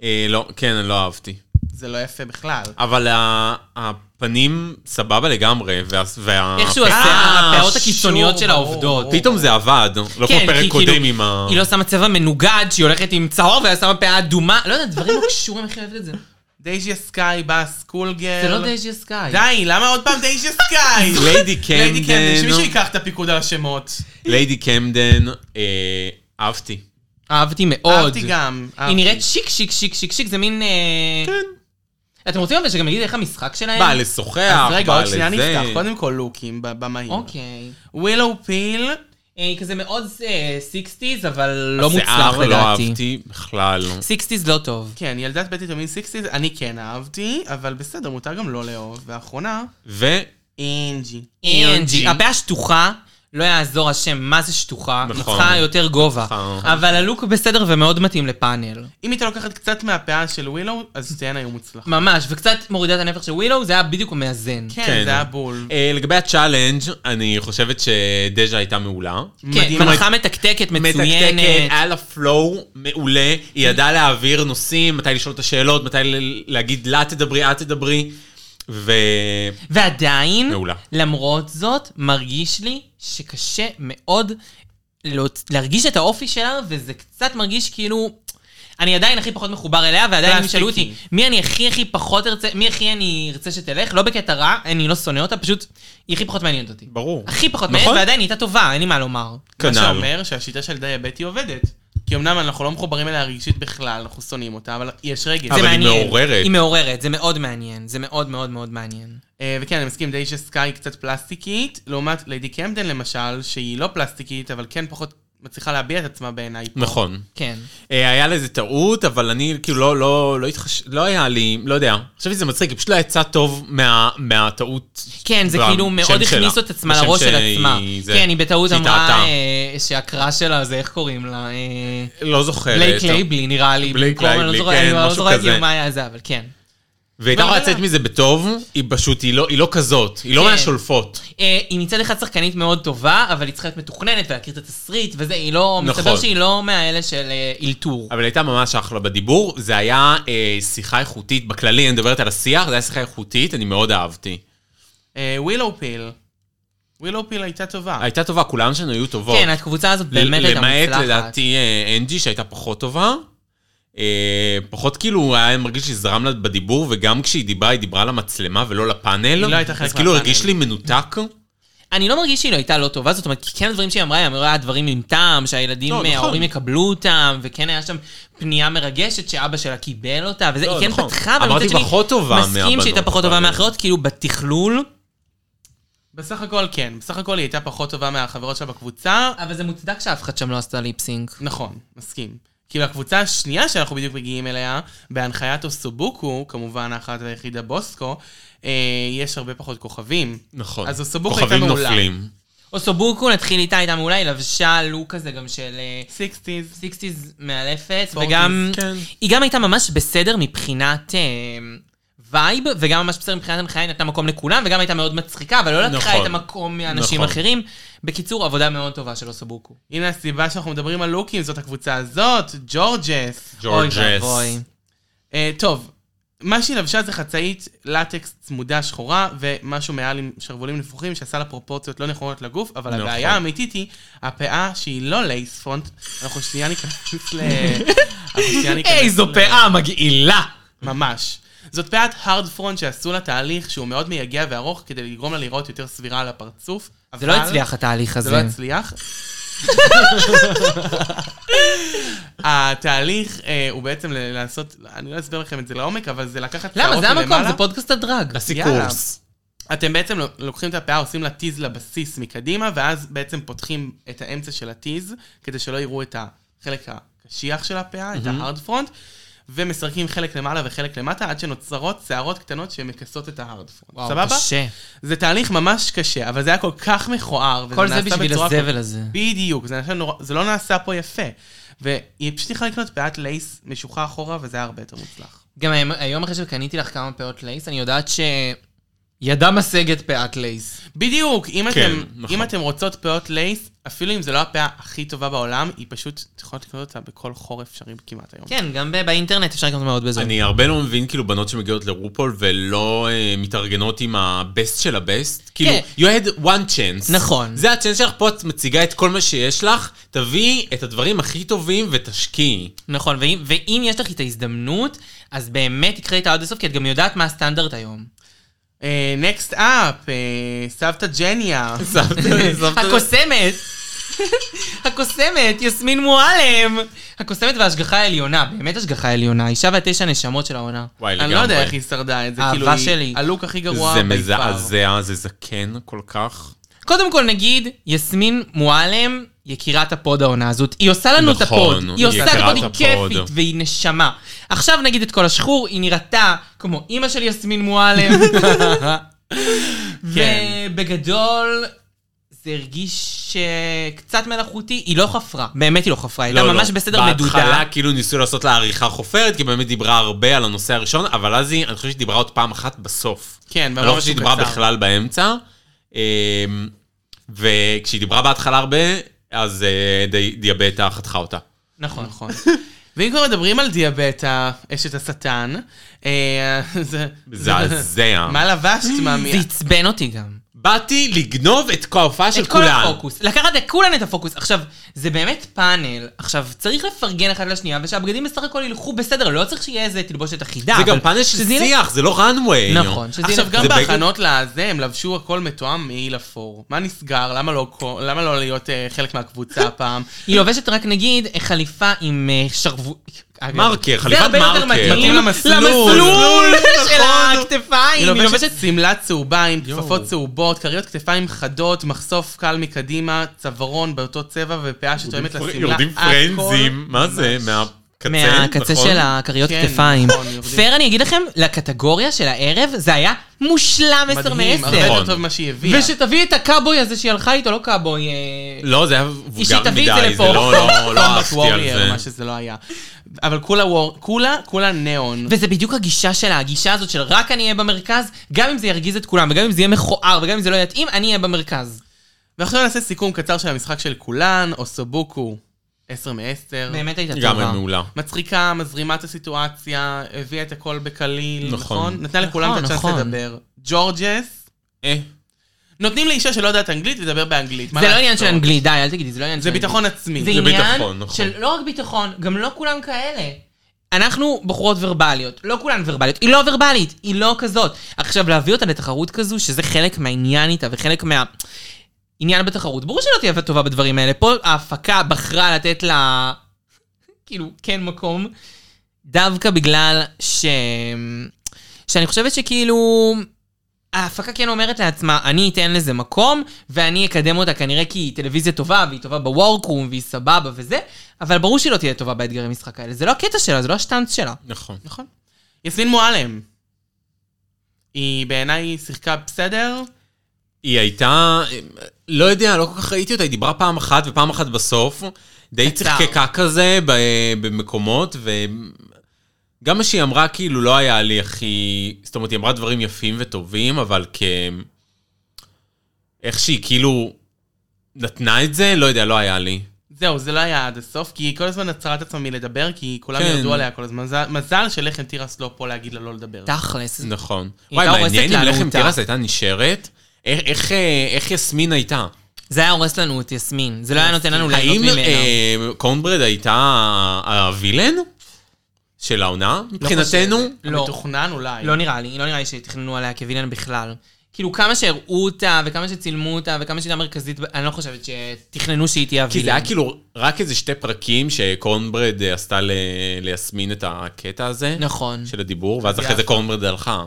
[SPEAKER 4] אה, לא, כן, אני לא אהבתי.
[SPEAKER 3] זה לא יפה בכלל.
[SPEAKER 4] אבל ה- הפנים סבבה לגמי, וה- וה...
[SPEAKER 2] איכשהו
[SPEAKER 4] הפ-
[SPEAKER 2] השיער,
[SPEAKER 4] אה,
[SPEAKER 2] הפאות
[SPEAKER 4] ש-
[SPEAKER 2] הקיצוניות שלה
[SPEAKER 3] ברור,
[SPEAKER 2] עובדות.
[SPEAKER 3] ברור.
[SPEAKER 4] פתאום זה עבד, לא כמו
[SPEAKER 2] כן, כי
[SPEAKER 4] פרק קודם
[SPEAKER 2] כאילו,
[SPEAKER 4] עם ה...
[SPEAKER 2] היא לא שמה צבע מנוגד, שהיא הולכת עם צהוב והיא שמה פאה אדומה. לא יודעת, דברים לא קשורים, איך היא אוהבת את זה?
[SPEAKER 3] דייג'ה סקאי באה סקול גרל.
[SPEAKER 2] זה לא דייג'ה סקאי.
[SPEAKER 3] די, למה עוד פעם דייג'ה סקאי?
[SPEAKER 4] ליידי
[SPEAKER 3] ליידי קמדן, כן, שמישהו
[SPEAKER 4] קמדן,
[SPEAKER 3] ייקח את הפיקוד על השמות.
[SPEAKER 4] ליידי קמדן, אה, אהבתי.
[SPEAKER 2] אהבתי מאוד.
[SPEAKER 3] אהבתי גם. אהבתי.
[SPEAKER 2] היא נראית שיק, שיק, שיק, שיק, שיק, זה מין... אה, אתם רוצים אבל שגם נגיד איך המשחק שלהם?
[SPEAKER 4] כן. בא לשוחח,
[SPEAKER 3] אז רגע,
[SPEAKER 4] בא
[SPEAKER 3] עוד שנייה
[SPEAKER 4] אה, לזה.
[SPEAKER 3] נפתח. קודם כל לוקים ב- במהיר.
[SPEAKER 2] אוקיי.
[SPEAKER 3] ווילאו פיל,
[SPEAKER 2] אה, היא כזה מאוד אה, 60's, אבל לא
[SPEAKER 4] השיער
[SPEAKER 2] מוצלח
[SPEAKER 4] לא
[SPEAKER 2] לדעתי.
[SPEAKER 4] אהבתי בכלל.
[SPEAKER 2] 60's לא טוב.
[SPEAKER 3] כן, ילדת בית יתומים 60's, אני כן אהבתי, אבל בסדר, מותר גם לא לאהוב. והאחרונה,
[SPEAKER 4] ואני
[SPEAKER 3] אינג'י.
[SPEAKER 4] E
[SPEAKER 2] אינג'י. הבעיה שטוחה, לא יעזור השם, מה זה שטוחה?
[SPEAKER 4] נכון.
[SPEAKER 2] היא צריכה יותר גובה.
[SPEAKER 4] נכון.
[SPEAKER 2] אבל הלוק בסדר ומאוד מתאים לפאנל.
[SPEAKER 3] אם הייתה לוקחת קצת מהפאה של ווילאו, אז שתיהן היו מוצלחות.
[SPEAKER 2] ממש, וקצת מורידה את הנפח של ווילאו, זה היה בדיוק המאזן.
[SPEAKER 3] כן,
[SPEAKER 4] כן.
[SPEAKER 3] זה היה בול.
[SPEAKER 4] אה, לגבי הצ'אלנג', אני חושבת שדז'ה הייתה מעולה.
[SPEAKER 2] כן,
[SPEAKER 3] מדהים.
[SPEAKER 2] מלאכה מתקתקת,
[SPEAKER 4] מתקתקת,
[SPEAKER 2] מצוינת.
[SPEAKER 4] היה לה פלואו מעולה, היא ידעה להעביר נושאים, מתי לשאול את השאלות, מתי ל- להגיד לה תדברי, את תדברי, ומעולה.
[SPEAKER 2] ועדיין, למרות זאת, מרגיש לי שקשה מאוד להוצ- להרגיש את האופי שלה, וזה קצת מרגיש כאילו... אני עדיין הכי פחות מחובר אליה, ועדיין אם ישאלו אותי
[SPEAKER 3] פלסטיקי.
[SPEAKER 2] מי אני הכי הכי פחות ארצה, מי הכי אני ארצה שתלך, לא בקטע רע, אני לא שונא אותה, פשוט היא הכי פחות מעניינת אותי.
[SPEAKER 4] ברור.
[SPEAKER 2] הכי פחות
[SPEAKER 4] נכון.
[SPEAKER 2] מעניינת, ועדיין היא הייתה טובה, אין לי מה לומר.
[SPEAKER 3] מה
[SPEAKER 4] כנ"ל.
[SPEAKER 3] שאומר שהשיטה של דיאבטי עובדת. כי אמנם אנחנו לא מחוברים אליה רגשית בכלל, אנחנו שונאים אותה, אבל יש רגש.
[SPEAKER 4] אבל
[SPEAKER 2] זה
[SPEAKER 4] היא
[SPEAKER 2] מעניין.
[SPEAKER 4] מעוררת.
[SPEAKER 2] היא מעוררת, זה מאוד מעניין, זה מאוד מאוד מאוד מעניין.
[SPEAKER 3] אה, וכן, אני מסכים, דייג'ה סקאי קצת פלסטיקית, לעומת ליידי קמדן למשל, שהיא לא פלסטיקית, אבל כן פחות מצליחה להביע את עצמה בעיניי. פה.
[SPEAKER 4] נכון.
[SPEAKER 2] כן.
[SPEAKER 4] אה, היה לזה טעות, אבל אני כאילו לא, לא, לא התחש... לא היה לי, לא יודע. חשבתי שזה מצחיק, היא פשוט לא יצאה טוב מה, מהטעות.
[SPEAKER 2] כן, זה
[SPEAKER 4] גם
[SPEAKER 2] כאילו
[SPEAKER 4] לא, שם
[SPEAKER 2] מאוד
[SPEAKER 4] שלה.
[SPEAKER 2] הכניס את עצמה
[SPEAKER 4] השם
[SPEAKER 2] לראש של
[SPEAKER 4] שהיא-
[SPEAKER 2] עצמה.
[SPEAKER 4] זה-
[SPEAKER 2] כן, היא בטעות
[SPEAKER 4] שהיא
[SPEAKER 2] אמרה
[SPEAKER 4] טעתה.
[SPEAKER 2] אה, שהקראש שלה זה, איך קוראים לה? אה,
[SPEAKER 4] לא זוכרת.
[SPEAKER 2] בלייק לייבלי נראה לי.
[SPEAKER 4] בלייק
[SPEAKER 2] במקום, אני לא
[SPEAKER 4] לייבלי,
[SPEAKER 2] זוכרת-
[SPEAKER 4] כן,
[SPEAKER 2] אני לא
[SPEAKER 4] משהו
[SPEAKER 2] זוכרת
[SPEAKER 4] כזה.
[SPEAKER 2] כאילו מה היה זה, אבל כן.
[SPEAKER 4] והייתה יכולה לצאת מזה בטוב, היא פשוט, היא לא, היא לא כזאת, היא לא
[SPEAKER 2] לא, כן.
[SPEAKER 4] מהשולפות.
[SPEAKER 2] אה, היא מצד אחד שחקנית מאוד טובה, אבל היא צריכה להיות מתוכננת ולהכיר את התסריט וזה, היא לא, מסתבר
[SPEAKER 4] נכון.
[SPEAKER 2] שהיא לא מהאלה של אה, אלתור.
[SPEAKER 4] אבל הייתה ממש אחלה בדיבור, זה היה אה, שיחה איכותית, בכללי אני מדברת על השיח, זה היה שיחה איכותית, אני מאוד אהבתי.
[SPEAKER 3] אה, ווילאו פיל. ווילאו פיל הייתה טובה.
[SPEAKER 4] הייתה טובה, כולן שלנו היו טובות.
[SPEAKER 2] כן, הקבוצה הזאת באמת הייתה
[SPEAKER 4] למעט
[SPEAKER 2] מוצלחת.
[SPEAKER 4] לדעתי אה, אנג'י שהייתה פחות טובה. אה, פחות כאילו היה מרגיש שזרם לה בדיבור, וגם כשהיא דיברה, היא דיברה למצלמה ולא לפאנל.
[SPEAKER 3] היא לא הייתה חלק
[SPEAKER 4] אז כאילו
[SPEAKER 3] מהפאנל. נכון.
[SPEAKER 4] הרגיש לי מנותק.
[SPEAKER 2] אני לא מרגיש שהיא לא הייתה לא טובה, זאת אומרת, כי כן הדברים שהיא אמרה, היא אמרה דברים עם טעם, שהילדים,
[SPEAKER 4] לא, נכון.
[SPEAKER 2] ההורים יקבלו אותם, וכן היה שם פנייה מרגשת שאבא שלה קיבל אותה, וזה,
[SPEAKER 4] לא,
[SPEAKER 2] היא כן
[SPEAKER 4] נכון.
[SPEAKER 2] פתחה, אבל
[SPEAKER 4] אמרתי
[SPEAKER 2] מצד שני,
[SPEAKER 4] פחות טובה
[SPEAKER 2] מסכים שהיא הייתה
[SPEAKER 4] מהבנות,
[SPEAKER 2] פחות טובה
[SPEAKER 4] אבל-
[SPEAKER 2] מאחרות, כאילו בתכלול,
[SPEAKER 3] בסך הכל כן, בסך הכל היא הייתה פחות טובה מהחברות שלה בקבוצה.
[SPEAKER 2] אבל זה מוצדק שאף אחד שם לא עשתה ליפסינק.
[SPEAKER 3] נכון, מסכים. כאילו הקבוצה השנייה שאנחנו בדיוק מגיעים אליה, בהנחיית אוסובוקו, כמובן האחת והיחידה בוסקו, אה, יש הרבה פחות כוכבים.
[SPEAKER 4] נכון.
[SPEAKER 3] אז הסובוך הייתה מעולה.
[SPEAKER 4] כוכבים נופלים.
[SPEAKER 2] אוסובוקו, נתחיל איתה, הייתה מעולה, היא לבשה לוק כזה גם של
[SPEAKER 3] 60's.
[SPEAKER 2] סיקסטיז מאלפת,
[SPEAKER 3] 40s,
[SPEAKER 2] וגם...
[SPEAKER 4] כן.
[SPEAKER 2] היא גם הייתה ממש בסדר מבחינת אה, וייב, וגם ממש בסדר מבחינת המחאה, היא נתנה מקום לכולם, וגם הייתה מאוד מצחיקה, אבל לא לקחה
[SPEAKER 4] נכון.
[SPEAKER 2] את המקום מאנשים
[SPEAKER 4] נכון.
[SPEAKER 2] אחרים. בקיצור, עבודה מאוד טובה של אוסובוקו.
[SPEAKER 3] הנה הסיבה שאנחנו מדברים על לוקים, זאת הקבוצה הזאת, ג'ורג'ס.
[SPEAKER 4] ג'ורג'ס.
[SPEAKER 2] אוי ואבוי.
[SPEAKER 3] אה, טוב, מה שהיא לבשה זה חצאית לטקס צמודה שחורה, ומשהו מעל עם שרוולים נפוחים שעשה לה פרופורציות לא נכונות לגוף, אבל
[SPEAKER 4] נכון.
[SPEAKER 3] הבעיה האמיתית היא הפאה שהיא לא לייס פונט. אנחנו שנייה ניכנס ל... אנחנו שנייה ניכנס
[SPEAKER 2] איזו
[SPEAKER 3] ל-
[SPEAKER 2] פאה מגעילה!
[SPEAKER 3] ממש. זאת פאת הרד פרונט שעשו לה תהליך שהוא מאוד מייגע וארוך כדי לגרום לה להיראות יותר סבירה על הפרצוף.
[SPEAKER 2] זה לא
[SPEAKER 3] אבל-
[SPEAKER 2] הצליח התהליך
[SPEAKER 3] זה לא
[SPEAKER 2] הזה.
[SPEAKER 3] הצליח. התהליך אה, הוא בעצם ל- לעשות, אני לא אסביר לכם את זה לעומק, אבל זה לקחת
[SPEAKER 2] למה?
[SPEAKER 3] שערות
[SPEAKER 2] זה המקום,
[SPEAKER 3] מלמעלה.
[SPEAKER 2] זה פודקאסט הדרג.
[SPEAKER 4] תעשי
[SPEAKER 3] יאללה.
[SPEAKER 4] קורס.
[SPEAKER 3] אתם בעצם לוקחים את הפאה, עושים לה טיז לבסיס מקדימה, ואז בעצם פותחים את האמצע של הטיז, כדי שלא יראו את החלק הקשיח של הפאה, את ההארד פרונט, ומסרקים חלק למעלה וחלק למטה, עד שנוצרות שערות קטנות שמכסות את ההארד פרונט. סבבה?
[SPEAKER 2] קשה.
[SPEAKER 3] זה תהליך ממש קשה, אבל זה היה כל כך מכוער, וזה
[SPEAKER 2] כל זה
[SPEAKER 3] נעשה
[SPEAKER 2] בשביל
[SPEAKER 3] בצורה כל
[SPEAKER 2] הזבל הזה.
[SPEAKER 3] בדיוק, זה, נעשה נורא, זה לא נעשה פה יפה. והיא פשוט יכלה לקנות פאת לייס משוחה אחורה, וזה היה הרבה יותר מוצלח.
[SPEAKER 2] גם היום- היום אחרי שקניתי לך כמה פאות לייס, אני יודעת ש... ידה משגת פאת לייס.
[SPEAKER 3] בדיוק, אם,
[SPEAKER 4] כן,
[SPEAKER 3] אתם,
[SPEAKER 4] נכון.
[SPEAKER 3] אם אתם רוצות פאות לייס, אפילו אם זו לא הפאה הכי טובה בעולם, היא פשוט, את יכולת לקנות אותה בכל חור אפשרי כמעט היום.
[SPEAKER 2] כן, גם ב- באינטרנט אפשר לקנות מאוד בזול.
[SPEAKER 4] אני הרבה לא מבין כאילו בנות שמגיעות לרופול ולא אה, מתארגנות עם הבסט של הבסט. כאילו, you had one chance.
[SPEAKER 2] כן. נכון.
[SPEAKER 4] זה הצ'אנס שלך, פה את מציגה את כל מה שיש לך, תביאי את הדברים הכי טובים ותשקיעי.
[SPEAKER 2] נכון, ואם, ואם יש לך את ההזדמנות, אז באמת תקחי את העוד לסוף, כי את גם יודעת מה הסטנדרט היום.
[SPEAKER 3] נקסט אפ, אה, סבתא ג'ניה.
[SPEAKER 2] הקוסמת! הקוסמת, יסמין מועלם! הקוסמת וההשגחה העליונה, באמת השגחה עליונה, אישה והתשע נשמות של העונה.
[SPEAKER 4] וואי, לגמרי.
[SPEAKER 3] אני לא יודע איך היא שרדה את זה,
[SPEAKER 2] אהבה
[SPEAKER 3] כאילו, היא-
[SPEAKER 2] שלי.
[SPEAKER 3] הלוק הכי גרוע
[SPEAKER 4] זה
[SPEAKER 3] by far.
[SPEAKER 4] מזעזע, זה זקן כל כך.
[SPEAKER 2] קודם כל נגיד, יסמין מועלם, יקירת הפוד העונה הזאת. היא עושה לנו את
[SPEAKER 4] נכון,
[SPEAKER 2] הפוד, היא עושה את
[SPEAKER 4] יקירת
[SPEAKER 2] הפוד, היא
[SPEAKER 4] הפוד.
[SPEAKER 2] כיפית והיא נשמה. עכשיו נגיד את כל השחור, היא נראתה כמו אימא של יסמין מועלם.
[SPEAKER 3] כן.
[SPEAKER 2] ובגדול, זה הרגיש אה, קצת מלאכותי, היא לא חפרה, באמת היא לא חפרה, היא הייתה ממש בסדר מדודה.
[SPEAKER 4] בהתחלה כאילו ניסו לעשות לה עריכה חופרת, כי באמת דיברה הרבה על הנושא הראשון, אבל אז היא, אני חושב שהיא דיברה עוד פעם אחת בסוף.
[SPEAKER 3] כן,
[SPEAKER 4] אני לא
[SPEAKER 3] ממש
[SPEAKER 4] חושב שהיא דיברה
[SPEAKER 3] קצר.
[SPEAKER 4] בכלל באמצע. אמ, וכשהיא דיברה בהתחלה הרבה, אז אה, די- דיאבטה חתכה אותה.
[SPEAKER 2] נכון.
[SPEAKER 3] נכון. ואם כבר מדברים על דיאבטה, אשת השטן, אה, זה...
[SPEAKER 4] מזעזע.
[SPEAKER 3] מה לבשת, מאמי?
[SPEAKER 2] זה עצבן אותי גם.
[SPEAKER 4] באתי לגנוב את כל ההופעה של
[SPEAKER 2] את כל
[SPEAKER 4] כולן.
[SPEAKER 2] הפוקוס, לקחת לכולן את הפוקוס. עכשיו, זה באמת פאנל, עכשיו, צריך לפרגן אחת לשנייה, ושהבגדים בסך הכל ילכו בסדר, לא צריך שיהיה איזה תלבושת אחידה.
[SPEAKER 4] זה
[SPEAKER 2] אבל
[SPEAKER 4] גם פאנל של
[SPEAKER 2] שזה ילך-
[SPEAKER 4] שיח, זה לא runway.
[SPEAKER 2] נכון, שזה
[SPEAKER 3] עכשיו,
[SPEAKER 2] ילך-
[SPEAKER 3] גם
[SPEAKER 4] זה בגד?
[SPEAKER 3] בהכנות לזה, הם לבשו הכל מתואם מעיל אפור. מה נסגר? למה לא כל- למה לא להיות אה, חלק מהקבוצה הפעם?
[SPEAKER 2] היא לובשת רק נגיד חליפה עם אה, שרוו... אגב,
[SPEAKER 4] מרקר, חליפת
[SPEAKER 2] זה הרבה יותר
[SPEAKER 4] מרקר.
[SPEAKER 2] מתאים
[SPEAKER 4] מתאים
[SPEAKER 3] למסלול.
[SPEAKER 2] למסלול של
[SPEAKER 4] נכון.
[SPEAKER 2] הכתפיים.
[SPEAKER 3] היא
[SPEAKER 2] היא
[SPEAKER 3] לובשת
[SPEAKER 2] לובשת...
[SPEAKER 3] שמלה צהובה עם
[SPEAKER 4] יואו.
[SPEAKER 3] כפפות צהובות, כריות כתפיים חדות, מחשוף קל מקדימה, צווארון באותו צבע ופאה שתואמת לשמלה.
[SPEAKER 4] יורדים
[SPEAKER 3] הכל
[SPEAKER 4] פרנזים, מה זה?
[SPEAKER 3] ממש.
[SPEAKER 4] מהקצה,
[SPEAKER 2] מהקצה
[SPEAKER 4] נכון?
[SPEAKER 2] של הכריות
[SPEAKER 3] כן,
[SPEAKER 2] כתפיים.
[SPEAKER 3] נכון, יורדים.
[SPEAKER 2] פייר, אני אגיד לכם, לקטגוריה של הערב זה היה מושלם 10
[SPEAKER 3] מדהים,
[SPEAKER 2] מ-10.
[SPEAKER 3] הרבה יותר
[SPEAKER 4] נכון.
[SPEAKER 3] טוב ממה שהיא הביאה.
[SPEAKER 2] ושתביא את הקאבוי הזה שהיא הלכה איתו, לא קאבוי. אה,
[SPEAKER 4] לא, זה היה
[SPEAKER 2] אישית,
[SPEAKER 4] ווגר
[SPEAKER 2] תביא את זה
[SPEAKER 4] מדי, זה
[SPEAKER 2] לפה.
[SPEAKER 4] לא, לא, לא
[SPEAKER 3] קומבט
[SPEAKER 4] אהבתי על
[SPEAKER 3] וורייר,
[SPEAKER 4] זה.
[SPEAKER 3] מה שזה לא היה. אבל כולה וור- כולה, כולה ניאון.
[SPEAKER 2] וזה בדיוק הגישה שלה, הגישה הזאת של רק אני אהיה במרכז, גם אם זה ירגיז את כולם, וגם אם זה יהיה מכוער, וגם אם זה לא יתאים, אני אהיה במרכז.
[SPEAKER 3] ועכשיו נעשה סיכום קצר של המשחק של כולן, אוסובוקו, 10 מ-10.
[SPEAKER 2] באמת הייתה
[SPEAKER 4] גם
[SPEAKER 2] טובה.
[SPEAKER 4] מעולה.
[SPEAKER 3] מצחיקה, מזרימה את הסיטואציה, הביאה את הכל בקליל,
[SPEAKER 4] נכון.
[SPEAKER 3] נכון? נתנה לכולם
[SPEAKER 2] נכון,
[SPEAKER 3] את הצ'אנס
[SPEAKER 2] נכון.
[SPEAKER 3] לדבר. ג'ורג'ס,
[SPEAKER 4] אה,
[SPEAKER 3] נותנים לאישה שלא יודעת אנגלית לדבר באנגלית. מה
[SPEAKER 2] זה לא
[SPEAKER 3] לעשות?
[SPEAKER 2] עניין של אנגלית, די, אל תגידי, זה לא עניין של
[SPEAKER 3] זה
[SPEAKER 2] אנגלית.
[SPEAKER 3] ביטחון עצמי.
[SPEAKER 2] זה
[SPEAKER 4] זה
[SPEAKER 2] עניין
[SPEAKER 4] ביטחון, נכון.
[SPEAKER 2] של לא רק ביטחון, גם לא כולם כאלה. אנחנו בחורות ורבליות, לא כולן ורבליות, היא לא ורבלית, היא לא כזאת. עכשיו, להביא אותה לתחרות כזו, שזה חלק מהעניין איתה וחלק מה... עניין בתחרות. ברור שלא תהיה טובה בדברים האלה. פה ההפקה בחרה לתת לה, כאילו, כן מקום, דווקא בגלל ש... שאני חושבת שכאילו... ההפקה כן אומרת לעצמה, אני אתן לזה מקום, ואני אקדם אותה כנראה כי היא טלוויזיה טובה, והיא טובה בוורקרום, והיא סבבה וזה, אבל ברור שהיא לא תהיה טובה באתגרי משחק האלה. זה לא הקטע שלה, זה לא השטנץ שלה.
[SPEAKER 4] נכון.
[SPEAKER 3] נכון. יסמין מועלם. היא בעיניי שיחקה בסדר.
[SPEAKER 4] היא הייתה, לא יודע, לא כל כך ראיתי אותה, היא דיברה פעם אחת ופעם אחת בסוף. די
[SPEAKER 3] קצר.
[SPEAKER 4] צחקקה כזה ב- במקומות, וגם מה שהיא אמרה כאילו לא היה לי הכי... זאת אומרת, היא אמרה דברים יפים וטובים, אבל כ... איך שהיא כאילו נתנה את זה, לא יודע, לא היה לי.
[SPEAKER 3] זהו, זה לא היה עד הסוף, כי היא כל הזמן עצרה את עצמה מלדבר, כי כולם
[SPEAKER 4] כן.
[SPEAKER 3] ירדו עליה כל הזמן. מזל- מזל שלחם תירס לא פה להגיד לה לא לדבר.
[SPEAKER 2] תכלס.
[SPEAKER 4] נכון.
[SPEAKER 2] היא
[SPEAKER 4] וואי,
[SPEAKER 2] הייתה הורסת
[SPEAKER 4] מעניין אם
[SPEAKER 2] לנו
[SPEAKER 4] לחם
[SPEAKER 2] אותה.
[SPEAKER 4] תירס הייתה נשארת? איך- איך אה, איך יסמין הייתה?
[SPEAKER 2] זה היה הורס לנו את יסמין, זה לא היה נותן לנו ליהנות
[SPEAKER 4] האם
[SPEAKER 2] ממנה.
[SPEAKER 4] אה, קורנברד הייתה הווילן של העונה מבחינתנו?
[SPEAKER 2] לא.
[SPEAKER 3] מתוכנן אולי.
[SPEAKER 2] לא נראה לי, לא נראה לי שתכננו עליה כווילן בכלל. כאילו, כמה שהראו אותה, וכמה שצילמו אותה, וכמה שהיא הייתה מרכזית, אני לא חושבת שתכננו שהיא תהיה
[SPEAKER 4] כי זה
[SPEAKER 2] הווילן.
[SPEAKER 4] היה כאילו רק איזה שתי פרקים שקורנברד אה, עשתה ל- ליסמין את הקטע הזה.
[SPEAKER 2] נכון.
[SPEAKER 4] של הדיבור, ואז אחרי
[SPEAKER 3] יפה.
[SPEAKER 4] זה קורנברד הלכה.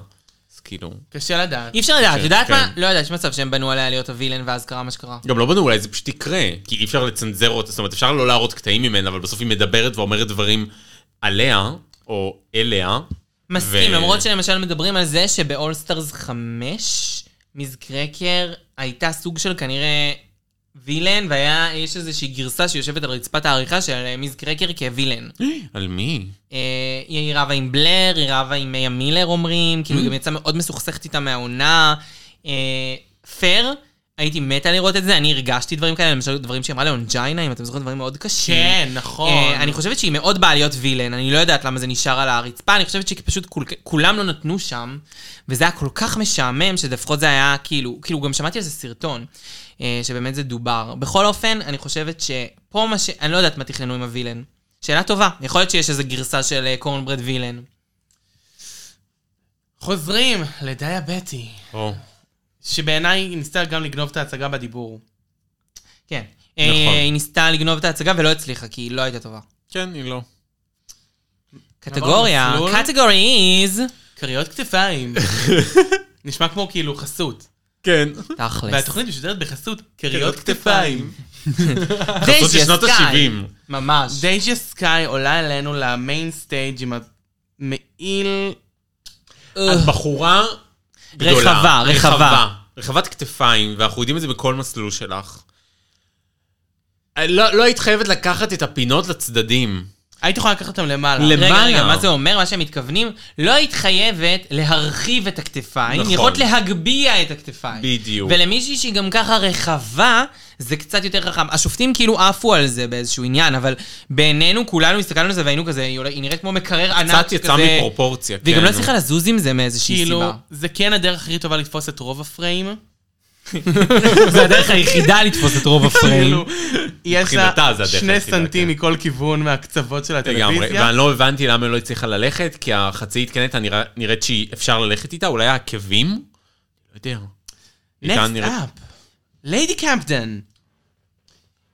[SPEAKER 4] אז כאילו...
[SPEAKER 3] קשה לדעת.
[SPEAKER 2] אי אפשר לדעת, את
[SPEAKER 4] כן,
[SPEAKER 2] יודעת מה?
[SPEAKER 4] כן.
[SPEAKER 2] לא יודעת, יש מצב שהם בנו עליה להיות הווילן, ואז קרה מה שקרה.
[SPEAKER 4] גם לא בנו, אולי זה פשוט יקרה, כי אי אפשר לצנזר אותה, זאת אומרת, אפשר לא להראות קטעים ממנה, אבל בסוף היא מדברת ואומרת דברים עליה, או אליה.
[SPEAKER 2] מסכים,
[SPEAKER 4] ו-
[SPEAKER 2] למרות שלמשל מדברים על זה שבאולסטארס 5, מיז קרקר הייתה סוג של כנראה וילן, והיה, יש איזושהי גרסה שיושבת על רצפת העריכה של אה, מיז קרקר כווילן.
[SPEAKER 4] על מי?
[SPEAKER 2] אה, היא רבה עם בלר, היא רבה עם מיה מילר אומרים, כאילו היא גם יצאה מאוד מסוכסכת איתה מהעונה. אה, פייר, הייתי מתה לראות את זה, אני הרגשתי דברים כאלה, למשל דברים שהיא אמרה לאונג'יינה, אם אתם זוכרים דברים מאוד קשים.
[SPEAKER 3] כן, נכון.
[SPEAKER 2] אה, אני חושבת שהיא מאוד באה להיות וילן, אני לא יודעת למה זה נשאר על הרצפה, אני חושבת שפשוט כול, כולם לא נתנו שם, וזה היה כל כך משעמם, שלפחות זה היה כאילו, כאילו גם שמעתי על זה סרטון, אה, שבאמת זה דובר. בכל אופן, אני חושבת שפה מה ש... אני לא יודעת מה תכננו עם הווילן. שאלה טובה, יכול להיות שיש איזו גרסה של אה, קורנברד וילן.
[SPEAKER 3] חוזרים לדיאבטי,
[SPEAKER 4] או,
[SPEAKER 3] שבעיניי היא ניסתה גם לגנוב את ההצגה בדיבור.
[SPEAKER 2] כן. אה,
[SPEAKER 4] נכון.
[SPEAKER 2] היא ניסתה לגנוב את ההצגה ולא הצליחה, כי היא לא הייתה טובה.
[SPEAKER 4] כן, היא לא.
[SPEAKER 2] קטגוריה,
[SPEAKER 3] למסלול.
[SPEAKER 2] קטגוריז.
[SPEAKER 3] כריות כתפיים. נשמע כמו כאילו חסות.
[SPEAKER 4] כן.
[SPEAKER 2] תכלס.
[SPEAKER 3] והתוכנית משודרת בחסות כריות כתפיים.
[SPEAKER 4] חסות של שנות
[SPEAKER 2] Sky.
[SPEAKER 4] ה-70.
[SPEAKER 2] ממש.
[SPEAKER 3] דייג'ה סקאי עולה אלינו למיין סטייג' עם המעיל...
[SPEAKER 2] אה.
[SPEAKER 4] את בחורה גדולה.
[SPEAKER 2] רחבה, רחבה.
[SPEAKER 4] רחבת כתפיים, ואנחנו יודעים את זה בכל מסלול שלך. אה, לא לא היית חייבת לקחת את הפינות לצדדים.
[SPEAKER 3] היית יכולה לקחת אותם למעלה.
[SPEAKER 4] למ-
[SPEAKER 2] רגע,
[SPEAKER 4] למעלה.
[SPEAKER 2] רגע, מה זה אומר? מה שהם מתכוונים, לא היית חייבת להרחיב את הכתפיים,
[SPEAKER 4] נכון.
[SPEAKER 2] נכון. יכולת להגביה את הכתפיים.
[SPEAKER 4] בדיוק.
[SPEAKER 2] ולמישהי שהיא גם ככה רחבה, זה קצת יותר חכם. השופטים כאילו עפו על זה באיזשהו עניין, אבל בעינינו כולנו הסתכלנו על זה והיינו כזה, היא עולה- היא נראית כמו מקרר ענק
[SPEAKER 4] קצת
[SPEAKER 2] שכזה...
[SPEAKER 4] יצאה מפרופורציה,
[SPEAKER 2] והיא גם
[SPEAKER 4] כן.
[SPEAKER 2] לא צריכה לזוז עם זה מאיזושהי
[SPEAKER 3] כאילו,
[SPEAKER 2] סיבה.
[SPEAKER 3] זה כן הדרך הכי טובה לתפוס את רוב הפריים.
[SPEAKER 2] זה הדרך היחידה לתפוס את רוב הפריים.
[SPEAKER 3] כאילו, יש
[SPEAKER 4] מבחינתה
[SPEAKER 3] לה
[SPEAKER 4] זה הדרך
[SPEAKER 3] שני
[SPEAKER 4] היחידה,
[SPEAKER 3] סנטים
[SPEAKER 4] כן.
[SPEAKER 3] מכל כיוון מהקצוות של
[SPEAKER 4] לגמרי,
[SPEAKER 3] הטלוויזיה.
[SPEAKER 4] ואני לא הבנתי למה היא לא הצליחה ללכת, כי החצאית קנטה נראה- נראית שהיא אפשר ללכת איתה, אולי העקבים? לא יודע. איתה
[SPEAKER 3] נקסט
[SPEAKER 4] נראית-
[SPEAKER 3] אפ, ליידי קמפדן.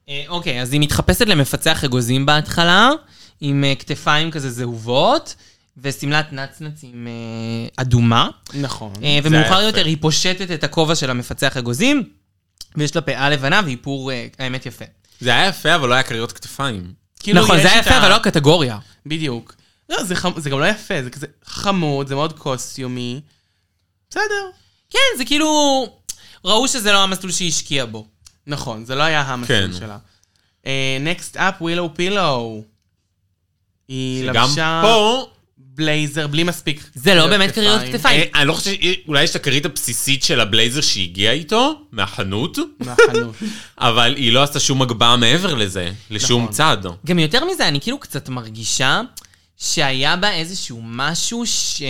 [SPEAKER 2] אה, אוקיי, אז היא מתחפשת למפצח אגוזים בהתחלה, עם אה, כתפיים כזה זהובות, ושמלת נצנצים אה, אדומה.
[SPEAKER 3] נכון.
[SPEAKER 2] אה,
[SPEAKER 4] זה היה
[SPEAKER 2] ומאוחר
[SPEAKER 4] יפה.
[SPEAKER 2] יותר היא פושטת את הכובע של המפצח אגוזים, ויש לה פאה לבנה ואיפור, אה, האמת, יפה.
[SPEAKER 4] זה היה יפה, אבל לא היה כריות כתפיים.
[SPEAKER 3] כאילו,
[SPEAKER 2] נכון,
[SPEAKER 3] יש
[SPEAKER 2] זה היה
[SPEAKER 3] את
[SPEAKER 2] יפה,
[SPEAKER 3] ה-
[SPEAKER 2] אבל לא הקטגוריה.
[SPEAKER 3] בדיוק. לא, זה חמ- זה גם לא יפה, זה כזה חמוד, זה מאוד קוסיומי. בסדר.
[SPEAKER 2] כן, זה כאילו... ראו שזה לא המסלול שהיא השקיעה בו.
[SPEAKER 3] נכון, זה לא היה המסלול
[SPEAKER 4] כן.
[SPEAKER 3] שלה. אה, נקסט אפ, ווילו פילו. היא
[SPEAKER 4] גם
[SPEAKER 3] לבשה
[SPEAKER 4] פה,
[SPEAKER 3] בלייזר בלי מספיק.
[SPEAKER 2] זה לא באמת כריות כתפיים.
[SPEAKER 4] אה, אני לא חושב, ש- אולי יש את הכרית הבסיסית של הבלייזר שהגיעה איתו, מהחנות,
[SPEAKER 3] מהחנות.
[SPEAKER 4] אבל היא לא עשתה שום הגבהה מעבר לזה, לשום
[SPEAKER 3] נכון.
[SPEAKER 4] צד.
[SPEAKER 2] גם יותר מזה, אני כאילו קצת מרגישה שהיה בה איזשהו משהו ש...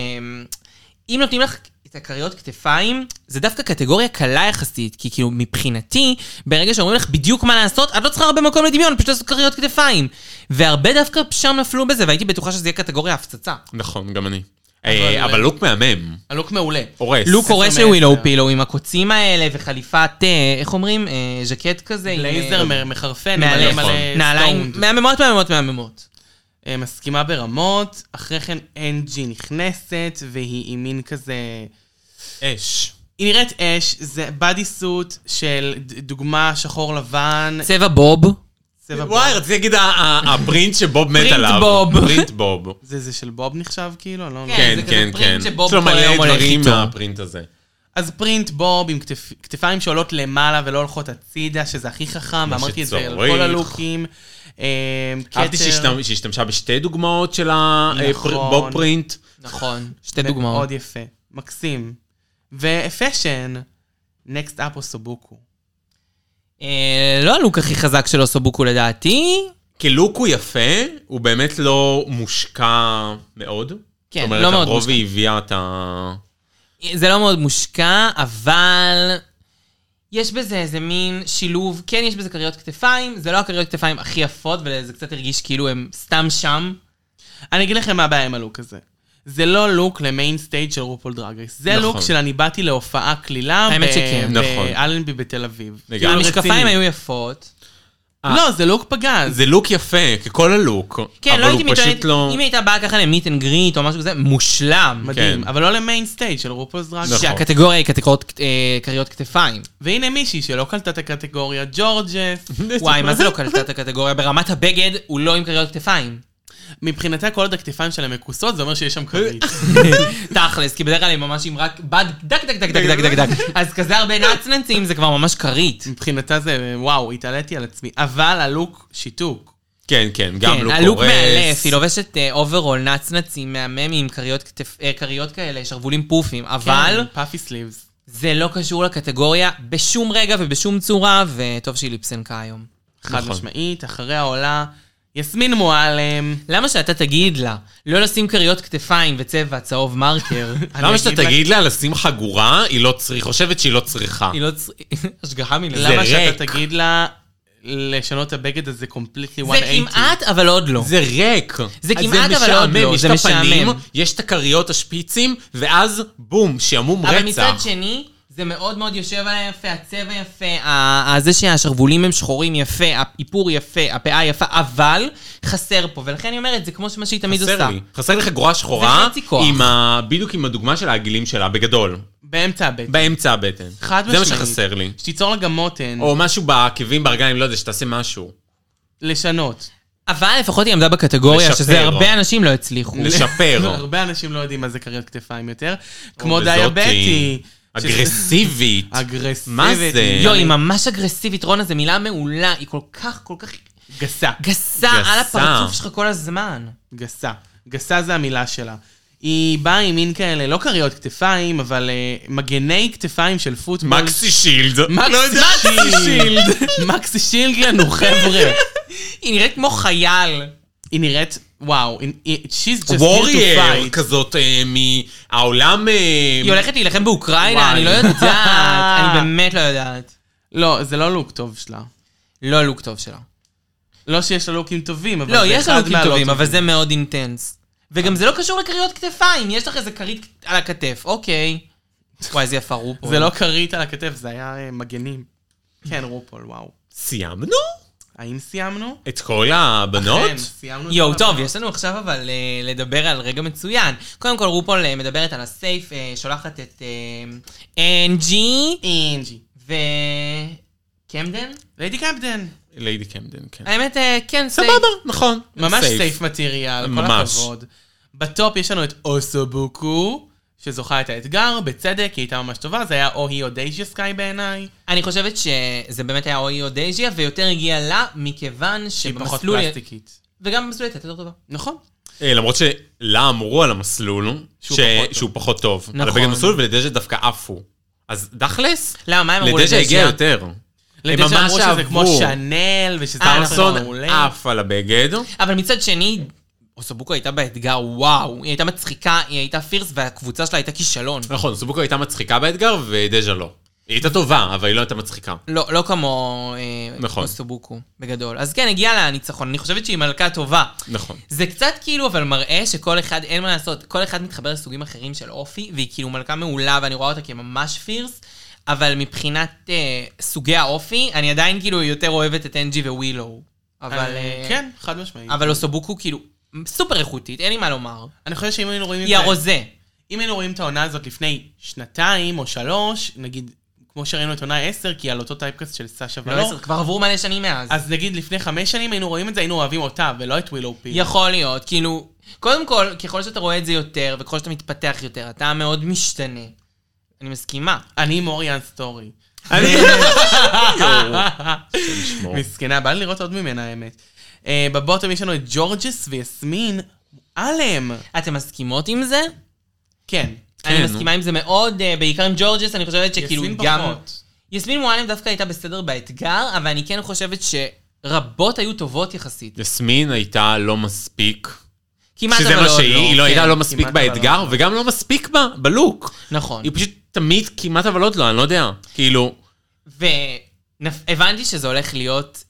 [SPEAKER 2] אם נותנים לך את הכריות כתפיים, זה דווקא קטגוריה קלה יחסית, כי כאילו מבחינתי, ברגע שאומרים לך בדיוק מה לעשות, את לא צריכה הרבה מקום לדמיון, פשוט לעשות כריות כתפיים. והרבה דווקא שם נפלו בזה, והייתי בטוחה שזה יהיה קטגוריה הפצצה.
[SPEAKER 4] נכון, גם אני. אה,
[SPEAKER 3] אבל-
[SPEAKER 4] אבל לוק מהמם,
[SPEAKER 3] הלוק מעולה.
[SPEAKER 4] הורס.
[SPEAKER 2] לוק
[SPEAKER 3] עשר
[SPEAKER 2] הורש
[SPEAKER 3] מעשר.
[SPEAKER 2] לווילו פילו עם הקוצים האלה וחליפת, אה, איך אומרים? אה, ז'קט כזה. עם,
[SPEAKER 3] בלייזר
[SPEAKER 2] אה,
[SPEAKER 3] מ- מחרפן, מלא
[SPEAKER 2] מהלך.
[SPEAKER 4] נכון.
[SPEAKER 3] מלא
[SPEAKER 2] נעליים
[SPEAKER 3] סטונד.
[SPEAKER 2] מהממות מהממות מהממות.
[SPEAKER 3] אה, מסכימה ברמות, אחרי כן אנג'י נכנסת, והיא עם מין כזה
[SPEAKER 4] אש.
[SPEAKER 3] היא נראית אש, זה בדי סוט של ד- דוגמה שחור לבן,
[SPEAKER 2] צבע בוב.
[SPEAKER 3] צבע בוב.
[SPEAKER 4] וואי, רציתי להגיד ה- ה- הפרינט שבוב מת
[SPEAKER 2] פרינט
[SPEAKER 4] עליו.
[SPEAKER 2] בוב.
[SPEAKER 4] פרינט בוב.
[SPEAKER 3] זה זה של בוב נחשב כאילו? אני לא...
[SPEAKER 2] כן.
[SPEAKER 4] כן,
[SPEAKER 2] זה כזה
[SPEAKER 4] כן, כן.
[SPEAKER 2] פרינט שבוב
[SPEAKER 4] יש לו
[SPEAKER 2] כל היום
[SPEAKER 4] מלא
[SPEAKER 2] הולך
[SPEAKER 4] דברים
[SPEAKER 2] איתו.
[SPEAKER 4] מהפרינט הזה.
[SPEAKER 3] אז פרינט בוב עם כתף, כתפיים שעולות למעלה ולא הולכות הצידה, שזה הכי חכם, ואמרתי את זה על
[SPEAKER 4] שצריך.
[SPEAKER 3] כל הלוקים. אה,
[SPEAKER 4] אהבתי
[SPEAKER 3] כתר,
[SPEAKER 4] שהשתמ- שהשתמשה בשתי דוגמאות של הבוב
[SPEAKER 3] נכון.
[SPEAKER 4] פרינט.
[SPEAKER 2] נכון. שתי
[SPEAKER 3] מאוד
[SPEAKER 2] דוגמאות.
[SPEAKER 3] יפה, מקסים. ופשן, נקסט אפ או סובוקו.
[SPEAKER 2] אה, לא הלוק הכי חזק של אוסובוקו לדעתי.
[SPEAKER 4] כלוק הוא יפה, הוא באמת לא מושקע מאוד.
[SPEAKER 2] כן,
[SPEAKER 4] זאת אומרת,
[SPEAKER 2] לא מאוד
[SPEAKER 4] הרוב היא הביאה את ה...
[SPEAKER 2] זה לא מאוד מושקע, אבל יש בזה איזה מין שילוב, כן יש בזה כריות כתפיים, זה לא הכריות כתפיים הכי יפות, וזה קצת הרגיש כאילו הם סתם שם.
[SPEAKER 3] אני אגיד לכם מה הבעיה עם הלוק הזה. זה לא לוק למיין סטייג' של רופול דרגריס. זה
[SPEAKER 4] נכון.
[SPEAKER 3] לוק של אני באתי להופעה קלילה
[SPEAKER 2] האמת שכן.
[SPEAKER 4] נכון.
[SPEAKER 3] באלנבי בתל אביב.
[SPEAKER 4] לגמרי.
[SPEAKER 3] כאילו,
[SPEAKER 2] המשקפיים אה.
[SPEAKER 3] רציני.
[SPEAKER 2] היו יפות.
[SPEAKER 3] לא, זה לוק פגז.
[SPEAKER 4] זה לוק יפה, ככל הלוק.
[SPEAKER 2] כן, לא הייתי
[SPEAKER 4] אבל הוא
[SPEAKER 2] מתעניינת,
[SPEAKER 4] פשוט לא...
[SPEAKER 2] אם היא הייתה באה ככה למיט אנד גריט או משהו כזה, מושלם.
[SPEAKER 3] מדהים,
[SPEAKER 4] כן.
[SPEAKER 3] אבל לא למיין סטייג' של רופול דרגריס.
[SPEAKER 4] נכון.
[SPEAKER 2] שהקטגוריה היא קטגוריות, אה, כריות כתפיים.
[SPEAKER 3] והנה מישהי שלא קלטה את הקטגוריה, ג'ורג'ס.
[SPEAKER 2] וואי, מה זה לא קלטה את הקטגוריה? ברמת הבגד הוא לא עם כריות כתפיים.
[SPEAKER 3] מבחינתה כל עוד הכתפיים שלהם מכוסות, זה אומר שיש שם כרית.
[SPEAKER 2] תכלס, כי בדרך כלל הם ממש עם רק בד דק דק דק דק דק דק דק. אז כזה הרבה נצנצים זה כבר ממש כרית.
[SPEAKER 3] מבחינתה זה, וואו, התעליתי על עצמי. אבל הלוק שיתוק.
[SPEAKER 4] כן, כן, גם לוק
[SPEAKER 2] כן,
[SPEAKER 4] הורס.
[SPEAKER 2] הלוק מאלף, היא לובשת אה, אוברול נצנצים מהמם עם כריות כתף- אה, כריות כאלה, שרוולים פופים, אבל
[SPEAKER 3] פאפי סליבס.
[SPEAKER 2] זה לא קשור לקטגוריה בשום רגע ובשום צורה, וטוב שהיא ליפסנקה היום.
[SPEAKER 3] חד
[SPEAKER 4] נכון.
[SPEAKER 3] משמעית, אחריה עולה יסמין מועלם.
[SPEAKER 2] למה שאתה תגיד לה לא לשים כריות כתפיים וצבע צהוב מרקר?
[SPEAKER 4] למה
[SPEAKER 3] אני
[SPEAKER 4] שאתה
[SPEAKER 3] אגיד לה-
[SPEAKER 4] תגיד לה לשים חגורה, היא לא צריכה, היא חושבת שהיא לא צריכה.
[SPEAKER 2] היא לא צ... השגחה מלאה.
[SPEAKER 4] זה
[SPEAKER 3] למה
[SPEAKER 4] ריק.
[SPEAKER 3] שאתה תגיד לה לשנות את הבגד הזה קומפליטלי 180?
[SPEAKER 2] זה כמעט, אבל עוד לא.
[SPEAKER 4] זה ריק.
[SPEAKER 2] זה
[SPEAKER 4] אז
[SPEAKER 2] כמעט, אבל עוד
[SPEAKER 4] משעמם,
[SPEAKER 2] לא,
[SPEAKER 4] יש
[SPEAKER 2] זה
[SPEAKER 4] את הפנים,
[SPEAKER 2] משעמם.
[SPEAKER 4] יש את הכריות השפיצים, ואז בום, שעמום
[SPEAKER 2] אבל מצד
[SPEAKER 4] רצח.
[SPEAKER 2] שני, זה מאוד מאוד יושב עליה יפה, הצבע יפה, ה- ה- זה שהשרוולים הם שחורים יפה, האיפור יפה, הפאה יפה, אבל חסר פה. ולכן אני אומרת, זה כמו מה שהיא תמיד עושה.
[SPEAKER 4] חסר לי. חסר לי חגורה שחורה,
[SPEAKER 2] זה חצי כוח.
[SPEAKER 4] עם ה- בדיוק עם הדוגמה של העגילים שלה, בגדול.
[SPEAKER 3] באמצע הבטן.
[SPEAKER 4] באמצע הבטן.
[SPEAKER 3] חד משמעית.
[SPEAKER 4] זה מה שחסר לי.
[SPEAKER 3] שתיצור לה גם מותן.
[SPEAKER 4] או משהו בעקבים, ברגליים, לא יודע, שתעשה משהו.
[SPEAKER 3] לשנות.
[SPEAKER 2] אבל לפחות היא עמדה בקטגוריה,
[SPEAKER 4] לשפר.
[SPEAKER 2] שזה הרבה אנשים לא הצליחו.
[SPEAKER 4] לשפר.
[SPEAKER 3] הרבה אנשים לא יודעים מה זה כריות כתפיים יותר. כמו
[SPEAKER 4] וזאתי.
[SPEAKER 3] דיאבטי. שזה-
[SPEAKER 4] אגרסיבית.
[SPEAKER 3] אגרסיבית. לא,
[SPEAKER 4] מה זה?
[SPEAKER 2] יואו,
[SPEAKER 3] אני-
[SPEAKER 2] היא ממש אגרסיבית, רונה, זו מילה מעולה, היא כל כך, כל כך
[SPEAKER 3] גסה.
[SPEAKER 2] גסה
[SPEAKER 4] גסה.
[SPEAKER 2] על הפרצוף שלך כל הזמן.
[SPEAKER 3] גסה. גסה זה המילה שלה. היא באה עם מין כאלה, לא כריות כתפיים, אבל אה, מגני כתפיים של פוטבול.
[SPEAKER 4] מקסי שילד.
[SPEAKER 3] מקס-
[SPEAKER 4] לא יודע.
[SPEAKER 3] מקסי שילד. מקסי שילד לנו, חבר'ה.
[SPEAKER 2] היא נראית כמו חייל.
[SPEAKER 3] היא נראית, וואו, היא- היא- she's just here to
[SPEAKER 4] וורייר
[SPEAKER 3] fight.
[SPEAKER 4] כזאת אה, מהעולם... אה,
[SPEAKER 2] היא הולכת להילחם באוקראינה,
[SPEAKER 3] וואי.
[SPEAKER 2] אני לא יודעת, אני באמת לא יודעת.
[SPEAKER 3] לא, זה לא לוק טוב שלה.
[SPEAKER 2] לא לוק טוב שלה.
[SPEAKER 3] לא שיש לה לוקים טובים, אבל
[SPEAKER 2] לא,
[SPEAKER 3] זה
[SPEAKER 2] יש
[SPEAKER 3] אחד
[SPEAKER 2] לה לוקים
[SPEAKER 3] מהלא
[SPEAKER 2] טובים, אבל זה מאוד אינטנס. וגם זה לא קשור לכריות כתפיים, יש לך איזה כרית על הכתף, אוקיי. וואי, איזה יפה רופו.
[SPEAKER 3] זה לא כרית על הכתף, זה היה אה, מגנים. כן, רופול, וואו.
[SPEAKER 4] סיימנו?
[SPEAKER 3] האם סיימנו?
[SPEAKER 4] את כל הבנות?
[SPEAKER 3] כן, סיימנו. את
[SPEAKER 2] יואו,
[SPEAKER 3] כל
[SPEAKER 2] טוב,
[SPEAKER 3] הבעיות.
[SPEAKER 2] יש לנו עכשיו אבל אה, לדבר על רגע מצוין. קודם כל, רופול אה, מדברת על הסייף, אה, שולחת את אה, אנג'י
[SPEAKER 3] אינג'י.
[SPEAKER 2] ו... קמדן?
[SPEAKER 3] ליידי קפדן.
[SPEAKER 4] ליידי קמדן, כן.
[SPEAKER 2] האמת, אה, כן, סייף.
[SPEAKER 4] סבבה, נכון.
[SPEAKER 3] ממש
[SPEAKER 4] safe.
[SPEAKER 3] סייף מטריאל, כל
[SPEAKER 4] ממש.
[SPEAKER 3] הכבוד. בטופ יש לנו את אוסובוקו, שזוכה את האתגר, בצדק, היא הייתה ממש טובה, זה היה או היא או דייג'יה סקאי בעיניי.
[SPEAKER 2] אני חושבת שזה באמת היה אוי או דייג'יה, ויותר הגיע לה, מכיוון
[SPEAKER 3] שהיא פחות
[SPEAKER 2] שבמסלול...
[SPEAKER 3] פלסטיקית.
[SPEAKER 2] וגם במסלול הייתה יותר טובה.
[SPEAKER 3] נכון.
[SPEAKER 4] אה, למרות שלה אמרו על המסלול
[SPEAKER 3] שהוא
[SPEAKER 4] ש-
[SPEAKER 3] פחות טוב.
[SPEAKER 4] שהוא פחות טוב. על
[SPEAKER 2] נכון.
[SPEAKER 4] הבגד המסלול ולדז'ה דווקא עפו. אז דכלס,
[SPEAKER 2] למה, מה הם אמרו
[SPEAKER 4] לדז'ה הגיע
[SPEAKER 2] לדז'ה?
[SPEAKER 4] יותר.
[SPEAKER 3] לדייג'יה
[SPEAKER 4] ממש
[SPEAKER 3] אמרו שזה
[SPEAKER 4] אהבו.
[SPEAKER 3] כמו שאנל, ושזה
[SPEAKER 2] אה,
[SPEAKER 3] פרסון
[SPEAKER 4] פרסון
[SPEAKER 3] מעולה.
[SPEAKER 4] עף על הבגד.
[SPEAKER 2] אבל מצד שני, אוסובוקו הייתה באתגר, וואו. היא הייתה מצחיקה, היא הייתה פירס, והקבוצה שלה הייתה כישלון.
[SPEAKER 4] נכון, סובוקו הייתה מצחיקה באתגר ודז'ה לא. היא הייתה טובה, אבל היא לא הייתה מצחיקה.
[SPEAKER 2] לא, לא כמו אה,
[SPEAKER 4] נכון.
[SPEAKER 2] אוסובוקו, בגדול. אז כן, הגיעה לה הניצחון. אני חושבת שהיא מלכה טובה.
[SPEAKER 4] נכון.
[SPEAKER 2] זה קצת כאילו, אבל מראה שכל אחד, אין מה לעשות, כל אחד מתחבר לסוגים אחרים של אופי, והיא כאילו מלכה מעולה, ואני רואה אותה כממש פירס, אבל מבחינת אה, סוגי האופי, אני עדיין כאילו יותר אוהבת את אנג'י ווילו. אבל...
[SPEAKER 3] אה,
[SPEAKER 2] אה,
[SPEAKER 3] כן, חד משמעית.
[SPEAKER 2] אבל אוסובוקו כאילו סופר איכותית, אין לי מה לומר.
[SPEAKER 3] אני חושב שאם היינו רואים את
[SPEAKER 2] היא
[SPEAKER 3] זה...
[SPEAKER 2] הרוזה.
[SPEAKER 3] אם היינו רואים את העונה הזאת לפני שנתיים או שלוש, נגיד, כמו שראינו את עונה 10, כי על אותו טייפקאסט של סשה
[SPEAKER 2] לא,
[SPEAKER 3] ולור,
[SPEAKER 2] עשר, כבר עברו מלא שנים מאז.
[SPEAKER 3] אז נגיד לפני חמש שנים היינו רואים את זה, היינו אוהבים אותה, ולא את ווילאו פיל.
[SPEAKER 2] יכול להיות, כאילו, קודם כל, ככל שאתה רואה את זה יותר, וככל שאתה מתפתח יותר, אתה מאוד משתנה. אני מסכימה.
[SPEAKER 3] אני מוריאן סטורי.
[SPEAKER 4] אני...
[SPEAKER 3] מסכנה, בא לי לראות עוד ממנה האמת. אה, בבוטום יש לנו את ג'ורג'ס ויסמין מועלם.
[SPEAKER 2] אתן מסכימות עם זה?
[SPEAKER 3] כן.
[SPEAKER 2] אני
[SPEAKER 4] כן,
[SPEAKER 2] מסכימה עם זה מאוד, אה, בעיקר עם ג'ורג'ס, אני חושבת שכאילו
[SPEAKER 3] יסמין
[SPEAKER 2] גם...
[SPEAKER 3] פחות.
[SPEAKER 2] יסמין מועלם דווקא הייתה בסדר באתגר, אבל אני כן חושבת שרבות היו טובות יחסית.
[SPEAKER 4] יסמין הייתה לא מספיק.
[SPEAKER 2] כמעט אבל
[SPEAKER 4] שזה מה
[SPEAKER 2] לא,
[SPEAKER 4] שהיא, היא לא הייתה
[SPEAKER 2] כן,
[SPEAKER 4] לא מספיק
[SPEAKER 3] כמעט אבל
[SPEAKER 4] באתגר,
[SPEAKER 3] לא.
[SPEAKER 4] וגם לא מספיק ב- בלוק.
[SPEAKER 2] נכון.
[SPEAKER 4] היא פשוט תמיד כמעט אבל עוד לא, אני לא יודע. כאילו,
[SPEAKER 2] והבנתי שזה הולך להיות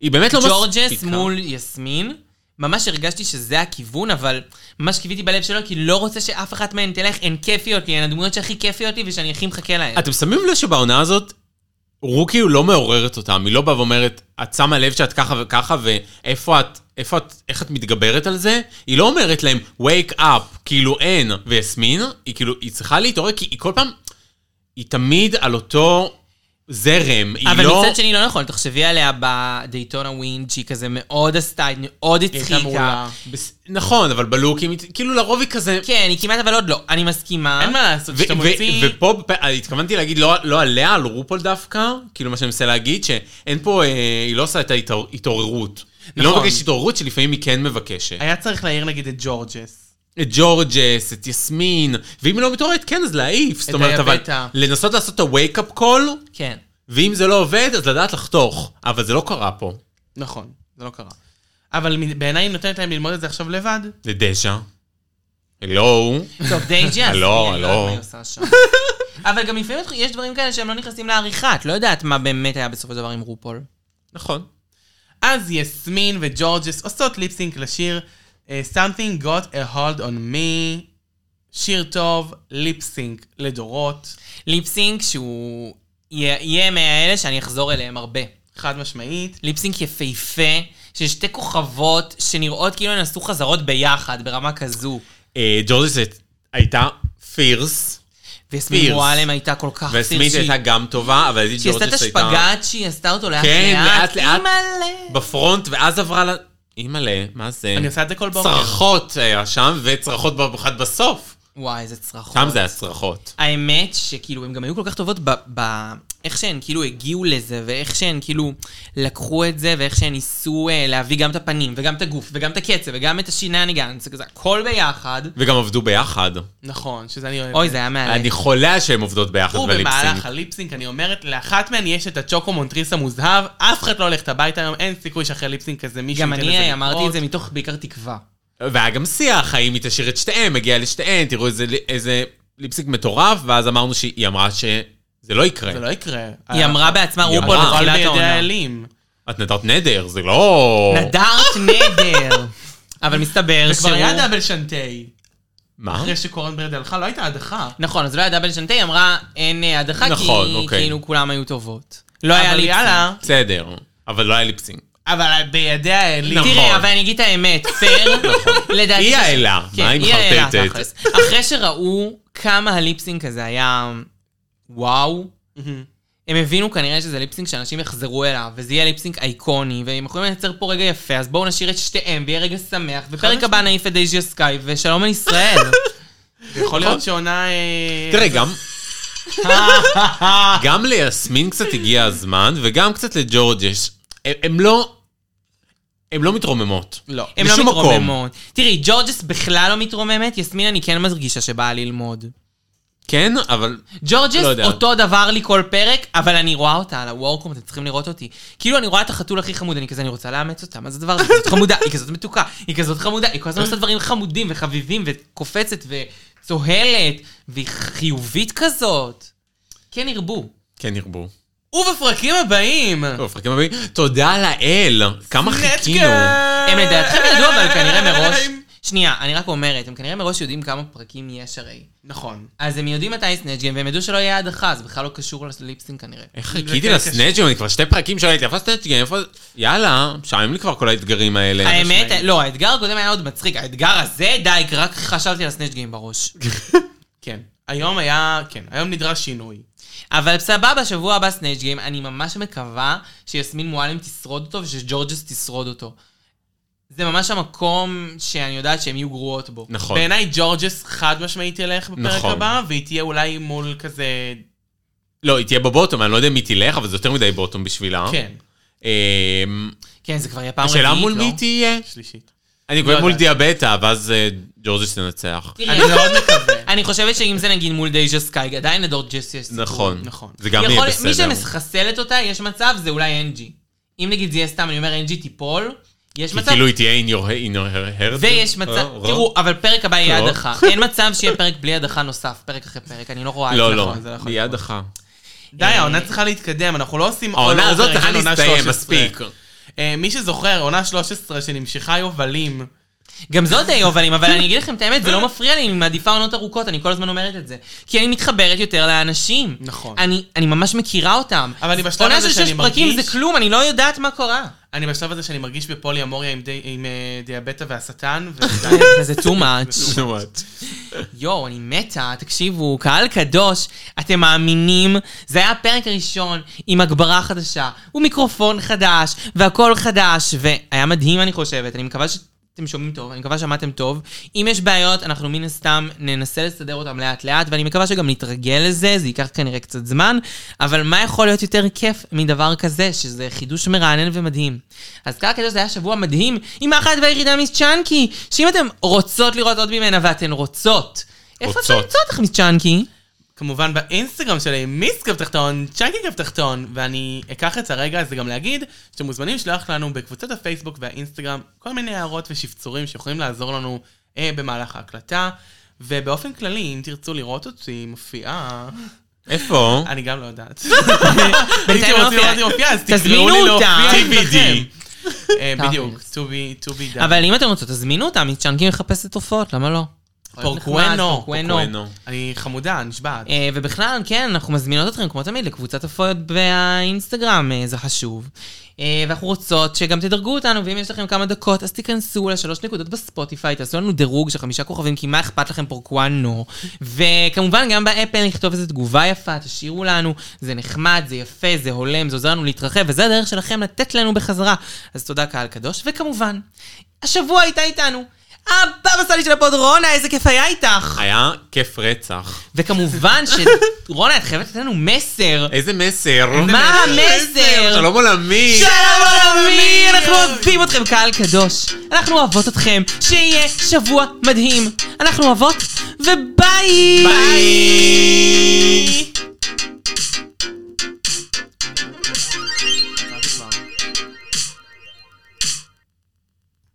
[SPEAKER 4] היא באמת לא מספיקה.
[SPEAKER 2] ג'ורג'ס מול יסמין. ממש הרגשתי שזה הכיוון, אבל ממש קיוויתי בלב שלו, כי לא רוצה שאף אחת מהן תלך, הן כיפיות לי, הן הדמויות שהכי כיפיות לי ושאני הכי מחכה להן.
[SPEAKER 4] אתם שמים לב שבעונה הזאת, רוקי הוא לא מעוררת אותם, היא לא באה ואומרת, את שמה לב שאת ככה וככה, ואיפה את, איפה את, איך את מתגברת על זה? היא לא אומרת להם, wake up, כאילו אין, ויסמין, היא כאילו, היא צריכה להתעורר, כי היא כל פעם, היא תמיד על אותו זרם, היא
[SPEAKER 2] אבל
[SPEAKER 4] לא...
[SPEAKER 2] מצד שני לא נכון, תחשבי עליה בדייטונה ווינג' היא כזה מאוד עשתה, היא מאוד
[SPEAKER 3] הייתה
[SPEAKER 2] הצחיקה.
[SPEAKER 3] מעולה.
[SPEAKER 4] בס- נכון, אבל בלוק, היא מת- כאילו לרוב היא כזה...
[SPEAKER 2] כן, היא כמעט אבל עוד לא, אני מסכימה.
[SPEAKER 3] אין מה לעשות,
[SPEAKER 4] ו-
[SPEAKER 3] כשאתה
[SPEAKER 4] ו-
[SPEAKER 3] מוציא...
[SPEAKER 4] ופה בפ- התכוונתי להגיד לא, לא עליה, על רופול דווקא, כאילו מה שאני מנסה להגיד, שאין פה, אה, היא לא עושה את ההתעוררות. היא לא
[SPEAKER 3] נכון.
[SPEAKER 4] מבקשת התעוררות, שלפעמים היא כן מבקשת.
[SPEAKER 3] היה צריך להעיר נגיד את ג'ורג'ס.
[SPEAKER 4] את ג'ורג'ס, את יסמין, ואם היא לא מתעוררת, כן, אז להעיף. זאת אומרת, אבל
[SPEAKER 3] היבטה.
[SPEAKER 4] לנסות לעשות את ה-wake-up call,
[SPEAKER 2] כן.
[SPEAKER 4] ואם זה לא עובד, אז לדעת לחתוך. אבל זה לא קרה פה.
[SPEAKER 3] נכון, זה לא קרה. אבל מ- בעיניי היא נותנת להם ללמוד את זה עכשיו לבד.
[SPEAKER 4] זה דז'ה. הלו.
[SPEAKER 2] טוב, דייג'י, אז
[SPEAKER 4] הלו,
[SPEAKER 2] אני לא יודעת
[SPEAKER 4] הלו.
[SPEAKER 2] מה היא עושה שם. אבל גם לפעמים יש דברים כאלה שהם לא נכנסים לעריכה, את לא יודעת מה באמת היה בסופו של דבר עם רופול.
[SPEAKER 4] נכון.
[SPEAKER 3] אז יסמין וג'ורג'ס עושות ליפסינק לשיר אה, Something got a hold on me. שיר טוב, ליפסינק לדורות.
[SPEAKER 2] ליפסינק שהוא יהיה- יהיה מהאלה שאני אחזור אליהם הרבה.
[SPEAKER 3] חד משמעית.
[SPEAKER 2] ליפסינק יפהפה, של שתי כוכבות שנראות כאילו הן עשו חזרות ביחד ברמה כזו.
[SPEAKER 4] אה, ג'ורג'ס הייתה פירס,
[SPEAKER 2] ויסמין
[SPEAKER 4] פירס.
[SPEAKER 2] מועלם הייתה כל כך
[SPEAKER 4] ויסמין
[SPEAKER 2] פירסית.
[SPEAKER 4] הייתה גם טובה, אבל
[SPEAKER 2] שהיא עשתה את
[SPEAKER 4] ג'ורג'ס הייתה...
[SPEAKER 2] השפגאט, שהיא עשתה אותו לאט לאט.
[SPEAKER 4] כן, לאט לאט.
[SPEAKER 2] אימא'לה.
[SPEAKER 4] בפרונט, ואז עברה ל... אימא'לה, מה זה?
[SPEAKER 3] אני לא עושה את זה כל בוקר.
[SPEAKER 4] צרחות היה שם, וצרחות במיוחד בסוף.
[SPEAKER 2] וואי, איזה צרחות.
[SPEAKER 4] שם זה היה צרחות.
[SPEAKER 2] האמת שכאילו, הן גם היו כל כך טובות ב... ב... איך שהן כאילו הגיעו לזה, ואיך שהן כאילו לקחו את זה, ואיך שהן ניסו אה, להביא גם את הפנים, וגם את הגוף, וגם את הקצב, וגם את השינניגנס, זה כזה, הכל ביחד.
[SPEAKER 4] וגם עבדו ביחד.
[SPEAKER 3] נכון, שזה אני אוהב.
[SPEAKER 2] אוי, זה היה מעלה.
[SPEAKER 4] אני חולה שהן עובדות ביחד
[SPEAKER 3] ובמהלך
[SPEAKER 4] בליפסינג.
[SPEAKER 3] הליפסינק אני אומרת, לאחת מהן יש את הצ'וקו מונטריס המוזהב, אף אחד לא הולכת הביתה היום, אין סיכוי שאחרי ליפסינק כזה מישהו
[SPEAKER 2] גם
[SPEAKER 3] ייתן
[SPEAKER 2] אני
[SPEAKER 3] לזה
[SPEAKER 2] אמרתי
[SPEAKER 3] לקרות.
[SPEAKER 2] את זה מתוך בעיקר תקווה.
[SPEAKER 4] והיה גם שיח, האם היא תשאיר את שתיהן, מגיעה לשתיהן, תראו איזה- איזה ליפסינג מטורף, ואז אמרנו שהיא אמרה שזה לא יקרה.
[SPEAKER 3] זה לא יקרה.
[SPEAKER 2] היא אמרה בעצמה,
[SPEAKER 4] נכון. היא
[SPEAKER 2] רופול,
[SPEAKER 4] אמרה,
[SPEAKER 3] אבל
[SPEAKER 2] בתחילת
[SPEAKER 3] בידי
[SPEAKER 2] העונה.
[SPEAKER 3] האלים.
[SPEAKER 4] את נדרת נדר, זה לא...
[SPEAKER 2] נדרת נדר. אבל מסתבר
[SPEAKER 3] זה כבר
[SPEAKER 2] שהוא...
[SPEAKER 3] היה דאבל שנטי.
[SPEAKER 4] מה?
[SPEAKER 3] אחרי שקורנברד הלכה, לא הייתה הדחה.
[SPEAKER 2] נכון, אז לא היה דאבל שנטי, היא אמרה, אין אה, הדחה, כי
[SPEAKER 4] נכון, אוקיי.
[SPEAKER 2] כאילו כולם היו טובות. לא היה
[SPEAKER 3] אבל
[SPEAKER 2] לי...
[SPEAKER 3] יאללה,
[SPEAKER 4] בסדר, אבל לא היה ליפסינג.
[SPEAKER 3] אבל בידי האלים.
[SPEAKER 4] נכון.
[SPEAKER 2] תראה, אבל אני אגיד את האמת, פייר, לדעתי...
[SPEAKER 4] היא האלה,
[SPEAKER 2] כן,
[SPEAKER 4] מה היא
[SPEAKER 2] היא האלה,
[SPEAKER 4] מחרטטת?
[SPEAKER 2] תכלס. אחרי שראו כמה הליפסינק הזה היה וואו,
[SPEAKER 3] מהמם.
[SPEAKER 2] הם הבינו כנראה שזה ליפסינק שאנשים יחזרו אליו, וזה יהיה ליפסינק אייקוני, והם יכולים לייצר פה רגע יפה, אז בואו נשאיר את שתיהם, ויהיה רגע שמח, ופרק
[SPEAKER 3] משמעית.
[SPEAKER 2] הבא נעיף את דייג'יה סקאי, ושלום על ישראל.
[SPEAKER 3] יכול
[SPEAKER 2] נכון.
[SPEAKER 3] להיות שעונה... אה,
[SPEAKER 4] תראה, גם... גם ליסמין קצת הגיע הזמן, וגם קצת לג'ורג'ש. הם- הם לא... הם לא מתרוממות.
[SPEAKER 3] לא.
[SPEAKER 2] הן לא
[SPEAKER 4] בשום מקום.
[SPEAKER 2] מתרוממות. תראי, ג'ורג'ס בכלל לא מתרוממת, יסמין אני כן מרגישה שבאה ללמוד.
[SPEAKER 4] כן, אבל...
[SPEAKER 2] ג'ורג'ס
[SPEAKER 4] לא יודע.
[SPEAKER 2] אותו דבר לי כל פרק, אבל אני רואה אותה על הוורקום, אתם צריכים לראות אותי. כאילו אני רואה את החתול הכי חמוד, אני כזה, אני רוצה לאמץ אותה, מה זה הדבר הזה? היא כזאת חמודה, היא כזאת מתוקה, היא כזאת חמודה, היא כל הזמן עושה דברים חמודים וחביבים וקופצת וצוהלת, והיא חיובית כזאת. כן ירבו.
[SPEAKER 4] כן, ירבו.
[SPEAKER 3] ובפרקים הבאים!
[SPEAKER 4] טוב, פרקים הבאים. תודה לאל, כמה חיכינו.
[SPEAKER 2] הם לדעתכם ידעו, אבל כנראה מראש... שנייה, אני רק אומרת, הם כנראה מראש יודעים כמה פרקים יש הרי.
[SPEAKER 3] נכון.
[SPEAKER 2] אז הם יודעים מתי סנאצ' גיים, והם ידעו שלא יהיה הדחה, זה בכלל לא קשור לליפסינג כנראה.
[SPEAKER 4] איך
[SPEAKER 3] זה
[SPEAKER 4] חיכיתי
[SPEAKER 3] כן
[SPEAKER 4] לסנאצ'ים? אני כבר שתי פרקים שהייתי, איפה הסנאצ'ים? איפה... יאללה, משעמם לי כבר כל האתגרים האלה.
[SPEAKER 2] האמת,
[SPEAKER 3] משמעית.
[SPEAKER 2] לא, האתגר הקודם היה עוד מצחיק, האתגר הזה, די, רק חשבתי על הסנאצ' גיים בראש.
[SPEAKER 3] כן. היום היה, כן, היום נדרש שינוי.
[SPEAKER 2] אבל סבבה, שבוע הבא סנייג' גיים, אני ממש מקווה שיסמין מועלם תשרוד אותו ושג'ורג'ס תשרוד אותו. זה ממש המקום שאני יודעת שהם יהיו גרועות בו.
[SPEAKER 4] נכון.
[SPEAKER 3] בעיניי ג'ורג'ס חד משמעית ילך בפרק
[SPEAKER 4] נכון.
[SPEAKER 3] הבא, והיא תהיה אולי מול כזה...
[SPEAKER 4] לא, היא תהיה בבוטום, אני לא יודע אם היא תלך, אבל זה יותר מדי בוטום בשבילה.
[SPEAKER 3] כן,
[SPEAKER 4] אמ,
[SPEAKER 2] כן, זה כבר יהיה פעם רביעית,
[SPEAKER 4] השאלה
[SPEAKER 2] לא?
[SPEAKER 4] מול מי תהיה?
[SPEAKER 3] שלישית.
[SPEAKER 4] אני קורא
[SPEAKER 3] לא
[SPEAKER 4] מול
[SPEAKER 3] יודעת.
[SPEAKER 4] דיאבטה, ואז אה, ג'ורג'ס תנצח.
[SPEAKER 2] תראה,
[SPEAKER 3] אני מאוד מקווה.
[SPEAKER 2] אני חושבת שאם זה נגיד מול דייג'ה סקאי, עדיין לדורג'ס יש סיפור.
[SPEAKER 4] נכון.
[SPEAKER 3] נכון.
[SPEAKER 4] זה גם יהיה
[SPEAKER 2] יכול- מי
[SPEAKER 4] בסדר.
[SPEAKER 2] שמחסלת אותה, יש מצב, זה אולי אנג'י. אם נגיד זה יהיה סתם, אני אומר אנג'י תיפול, יש
[SPEAKER 4] כי
[SPEAKER 2] מצב...
[SPEAKER 4] כאילו היא תהיה in your in your heart.
[SPEAKER 2] ויש מצב,
[SPEAKER 4] אה,
[SPEAKER 2] תראו, אבל פרק הבא יהיה
[SPEAKER 4] רע.
[SPEAKER 2] הדחה. אין מצב שיהיה פרק בלי הדחה נוסף, פרק אחרי פרק, אני לא רואה את זה.
[SPEAKER 4] לא, לא,
[SPEAKER 3] נכון, זה נכון.
[SPEAKER 4] היא הדחה.
[SPEAKER 3] די, העונה צריכה להתקדם, אנחנו לא עושים...
[SPEAKER 4] העונה
[SPEAKER 3] all over
[SPEAKER 4] הזאת
[SPEAKER 3] again,
[SPEAKER 4] צריכה
[SPEAKER 3] עונה
[SPEAKER 4] להסתיים,
[SPEAKER 3] 13.
[SPEAKER 4] מספיק.
[SPEAKER 3] אה, מי שזוכר, עונה 13 שנמשכה יובלים.
[SPEAKER 2] גם זאת די יובלים, אבל אני אגיד לכם את האמת, זה לא מפריע לי, אני מעדיפה עונות ארוכות, אני כל הזמן אומרת את זה. כי אני מתחברת יותר לאנשים.
[SPEAKER 3] נכון.
[SPEAKER 2] אני, אני ממש מכירה אותם.
[SPEAKER 3] אבל אני בשלב הזה שאני
[SPEAKER 2] עונה של שש פרקים
[SPEAKER 3] מרגיש-
[SPEAKER 2] זה כלום, אני לא יודעת מה קרה.
[SPEAKER 3] אני בשלב הזה שאני מרגיש בפולי אמוריה עם, די, עם אה, דיאבטה והשטן, ו...
[SPEAKER 2] זה too much.
[SPEAKER 4] נו, את.
[SPEAKER 2] יואו, אני מתה, תקשיבו, קהל קדוש, אתם מאמינים? זה היה הפרק הראשון עם הגברה חדשה, ומיקרופון חדש, והכל חדש, והיה מדהים, אני חושבת. אני מקווה שאתם שומעים טוב, אני מקווה שמעתם טוב. אם יש בעיות, אנחנו מן הסתם ננסה לסדר אותם לאט-לאט, ואני מקווה שגם נתרגל לזה, זה ייקח כנראה קצת זמן, אבל מה יכול להיות יותר כיף מדבר כזה, שזה חידוש מרענן ומדהים. אז קהל קדוש זה היה שבוע מדהים, עם האחת והיחידה מיס צ'אנקי, שאם אתם רוצות לראות עוד ממנה, ואתן רוצות, איפה אפשר
[SPEAKER 4] רוצות.
[SPEAKER 2] למצוא אותך, מיס צ'אנקי? כמובן,
[SPEAKER 3] כמובן באינסטגרם שלי, מיס קו תחתון, צ'אנקי קו תחתון, ואני אקח את הרגע הזה גם להגיד שאתם מוזמנים לשלוח לנו בקבוצת הפייסבוק והאינסטגרם כל מיני הערות ושפצורים שיכולים לעזור לנו אה, במהלך ההקלטה. ובאופן כללי, אם תרצו לראות אותי מופיעה,
[SPEAKER 4] איפה?
[SPEAKER 3] אני גם לא יודעת. אם
[SPEAKER 2] בינתיים
[SPEAKER 3] אתם
[SPEAKER 2] לא
[SPEAKER 3] רוצים
[SPEAKER 2] מופיעה.
[SPEAKER 3] לראות אותי מופיעה, אז
[SPEAKER 2] תזמינו
[SPEAKER 3] תקראו לי
[SPEAKER 2] אותה.
[SPEAKER 3] להופיע
[SPEAKER 4] TBD.
[SPEAKER 3] אצלכם. אה,
[SPEAKER 2] תכלס.
[SPEAKER 3] בדיוק, to be, to be done.
[SPEAKER 2] אבל אם אתם רוצות, תזמינו אותה, מיס צ'אנקי מחפשת הופעות, למה לא?
[SPEAKER 3] פורקואנו,
[SPEAKER 2] פורקואנו.
[SPEAKER 4] כהנו.
[SPEAKER 3] אני חמודה, נשבעת.
[SPEAKER 2] אה, ובכלל, כן, אנחנו מזמינות אתכם, כמו תמיד, לקבוצת הפועל והאינסטגרם, אה, זה חשוב. אה, ואנחנו רוצות שגם תדרגו אותנו, ואם יש לכם כמה דקות, אז תיכנסו לשלוש נקודות בספוטיפיי, תעשו לנו דירוג של חמישה כוכבים, כי מה אכפת לכם פורקואנו? וכמובן, גם באפל נכתוב איזו תגובה יפה, תשאירו לנו, זה נחמד, זה יפה, זה הולם, זה עוזר לנו להתרחב, וזה הדרך שלכם לתת לנו בחזרה. אז תודה, קהל קדוש, וכמובן, השבוע הייתה איתנו. הבבא סאלי של הפוד רונה, איזה כיף היה איתך!
[SPEAKER 4] היה כיף רצח.
[SPEAKER 2] וכמובן ש... רונה, את חייבת לתת לנו מסר.
[SPEAKER 4] איזה מסר.
[SPEAKER 2] מה המסר?
[SPEAKER 4] שלום עולמי.
[SPEAKER 2] שלום עולמי! אנחנו אוהבים אתכם, קהל קדוש. אנחנו אוהבות אתכם. שיהיה שבוע מדהים. אנחנו אוהבות, וביי!
[SPEAKER 4] ביי.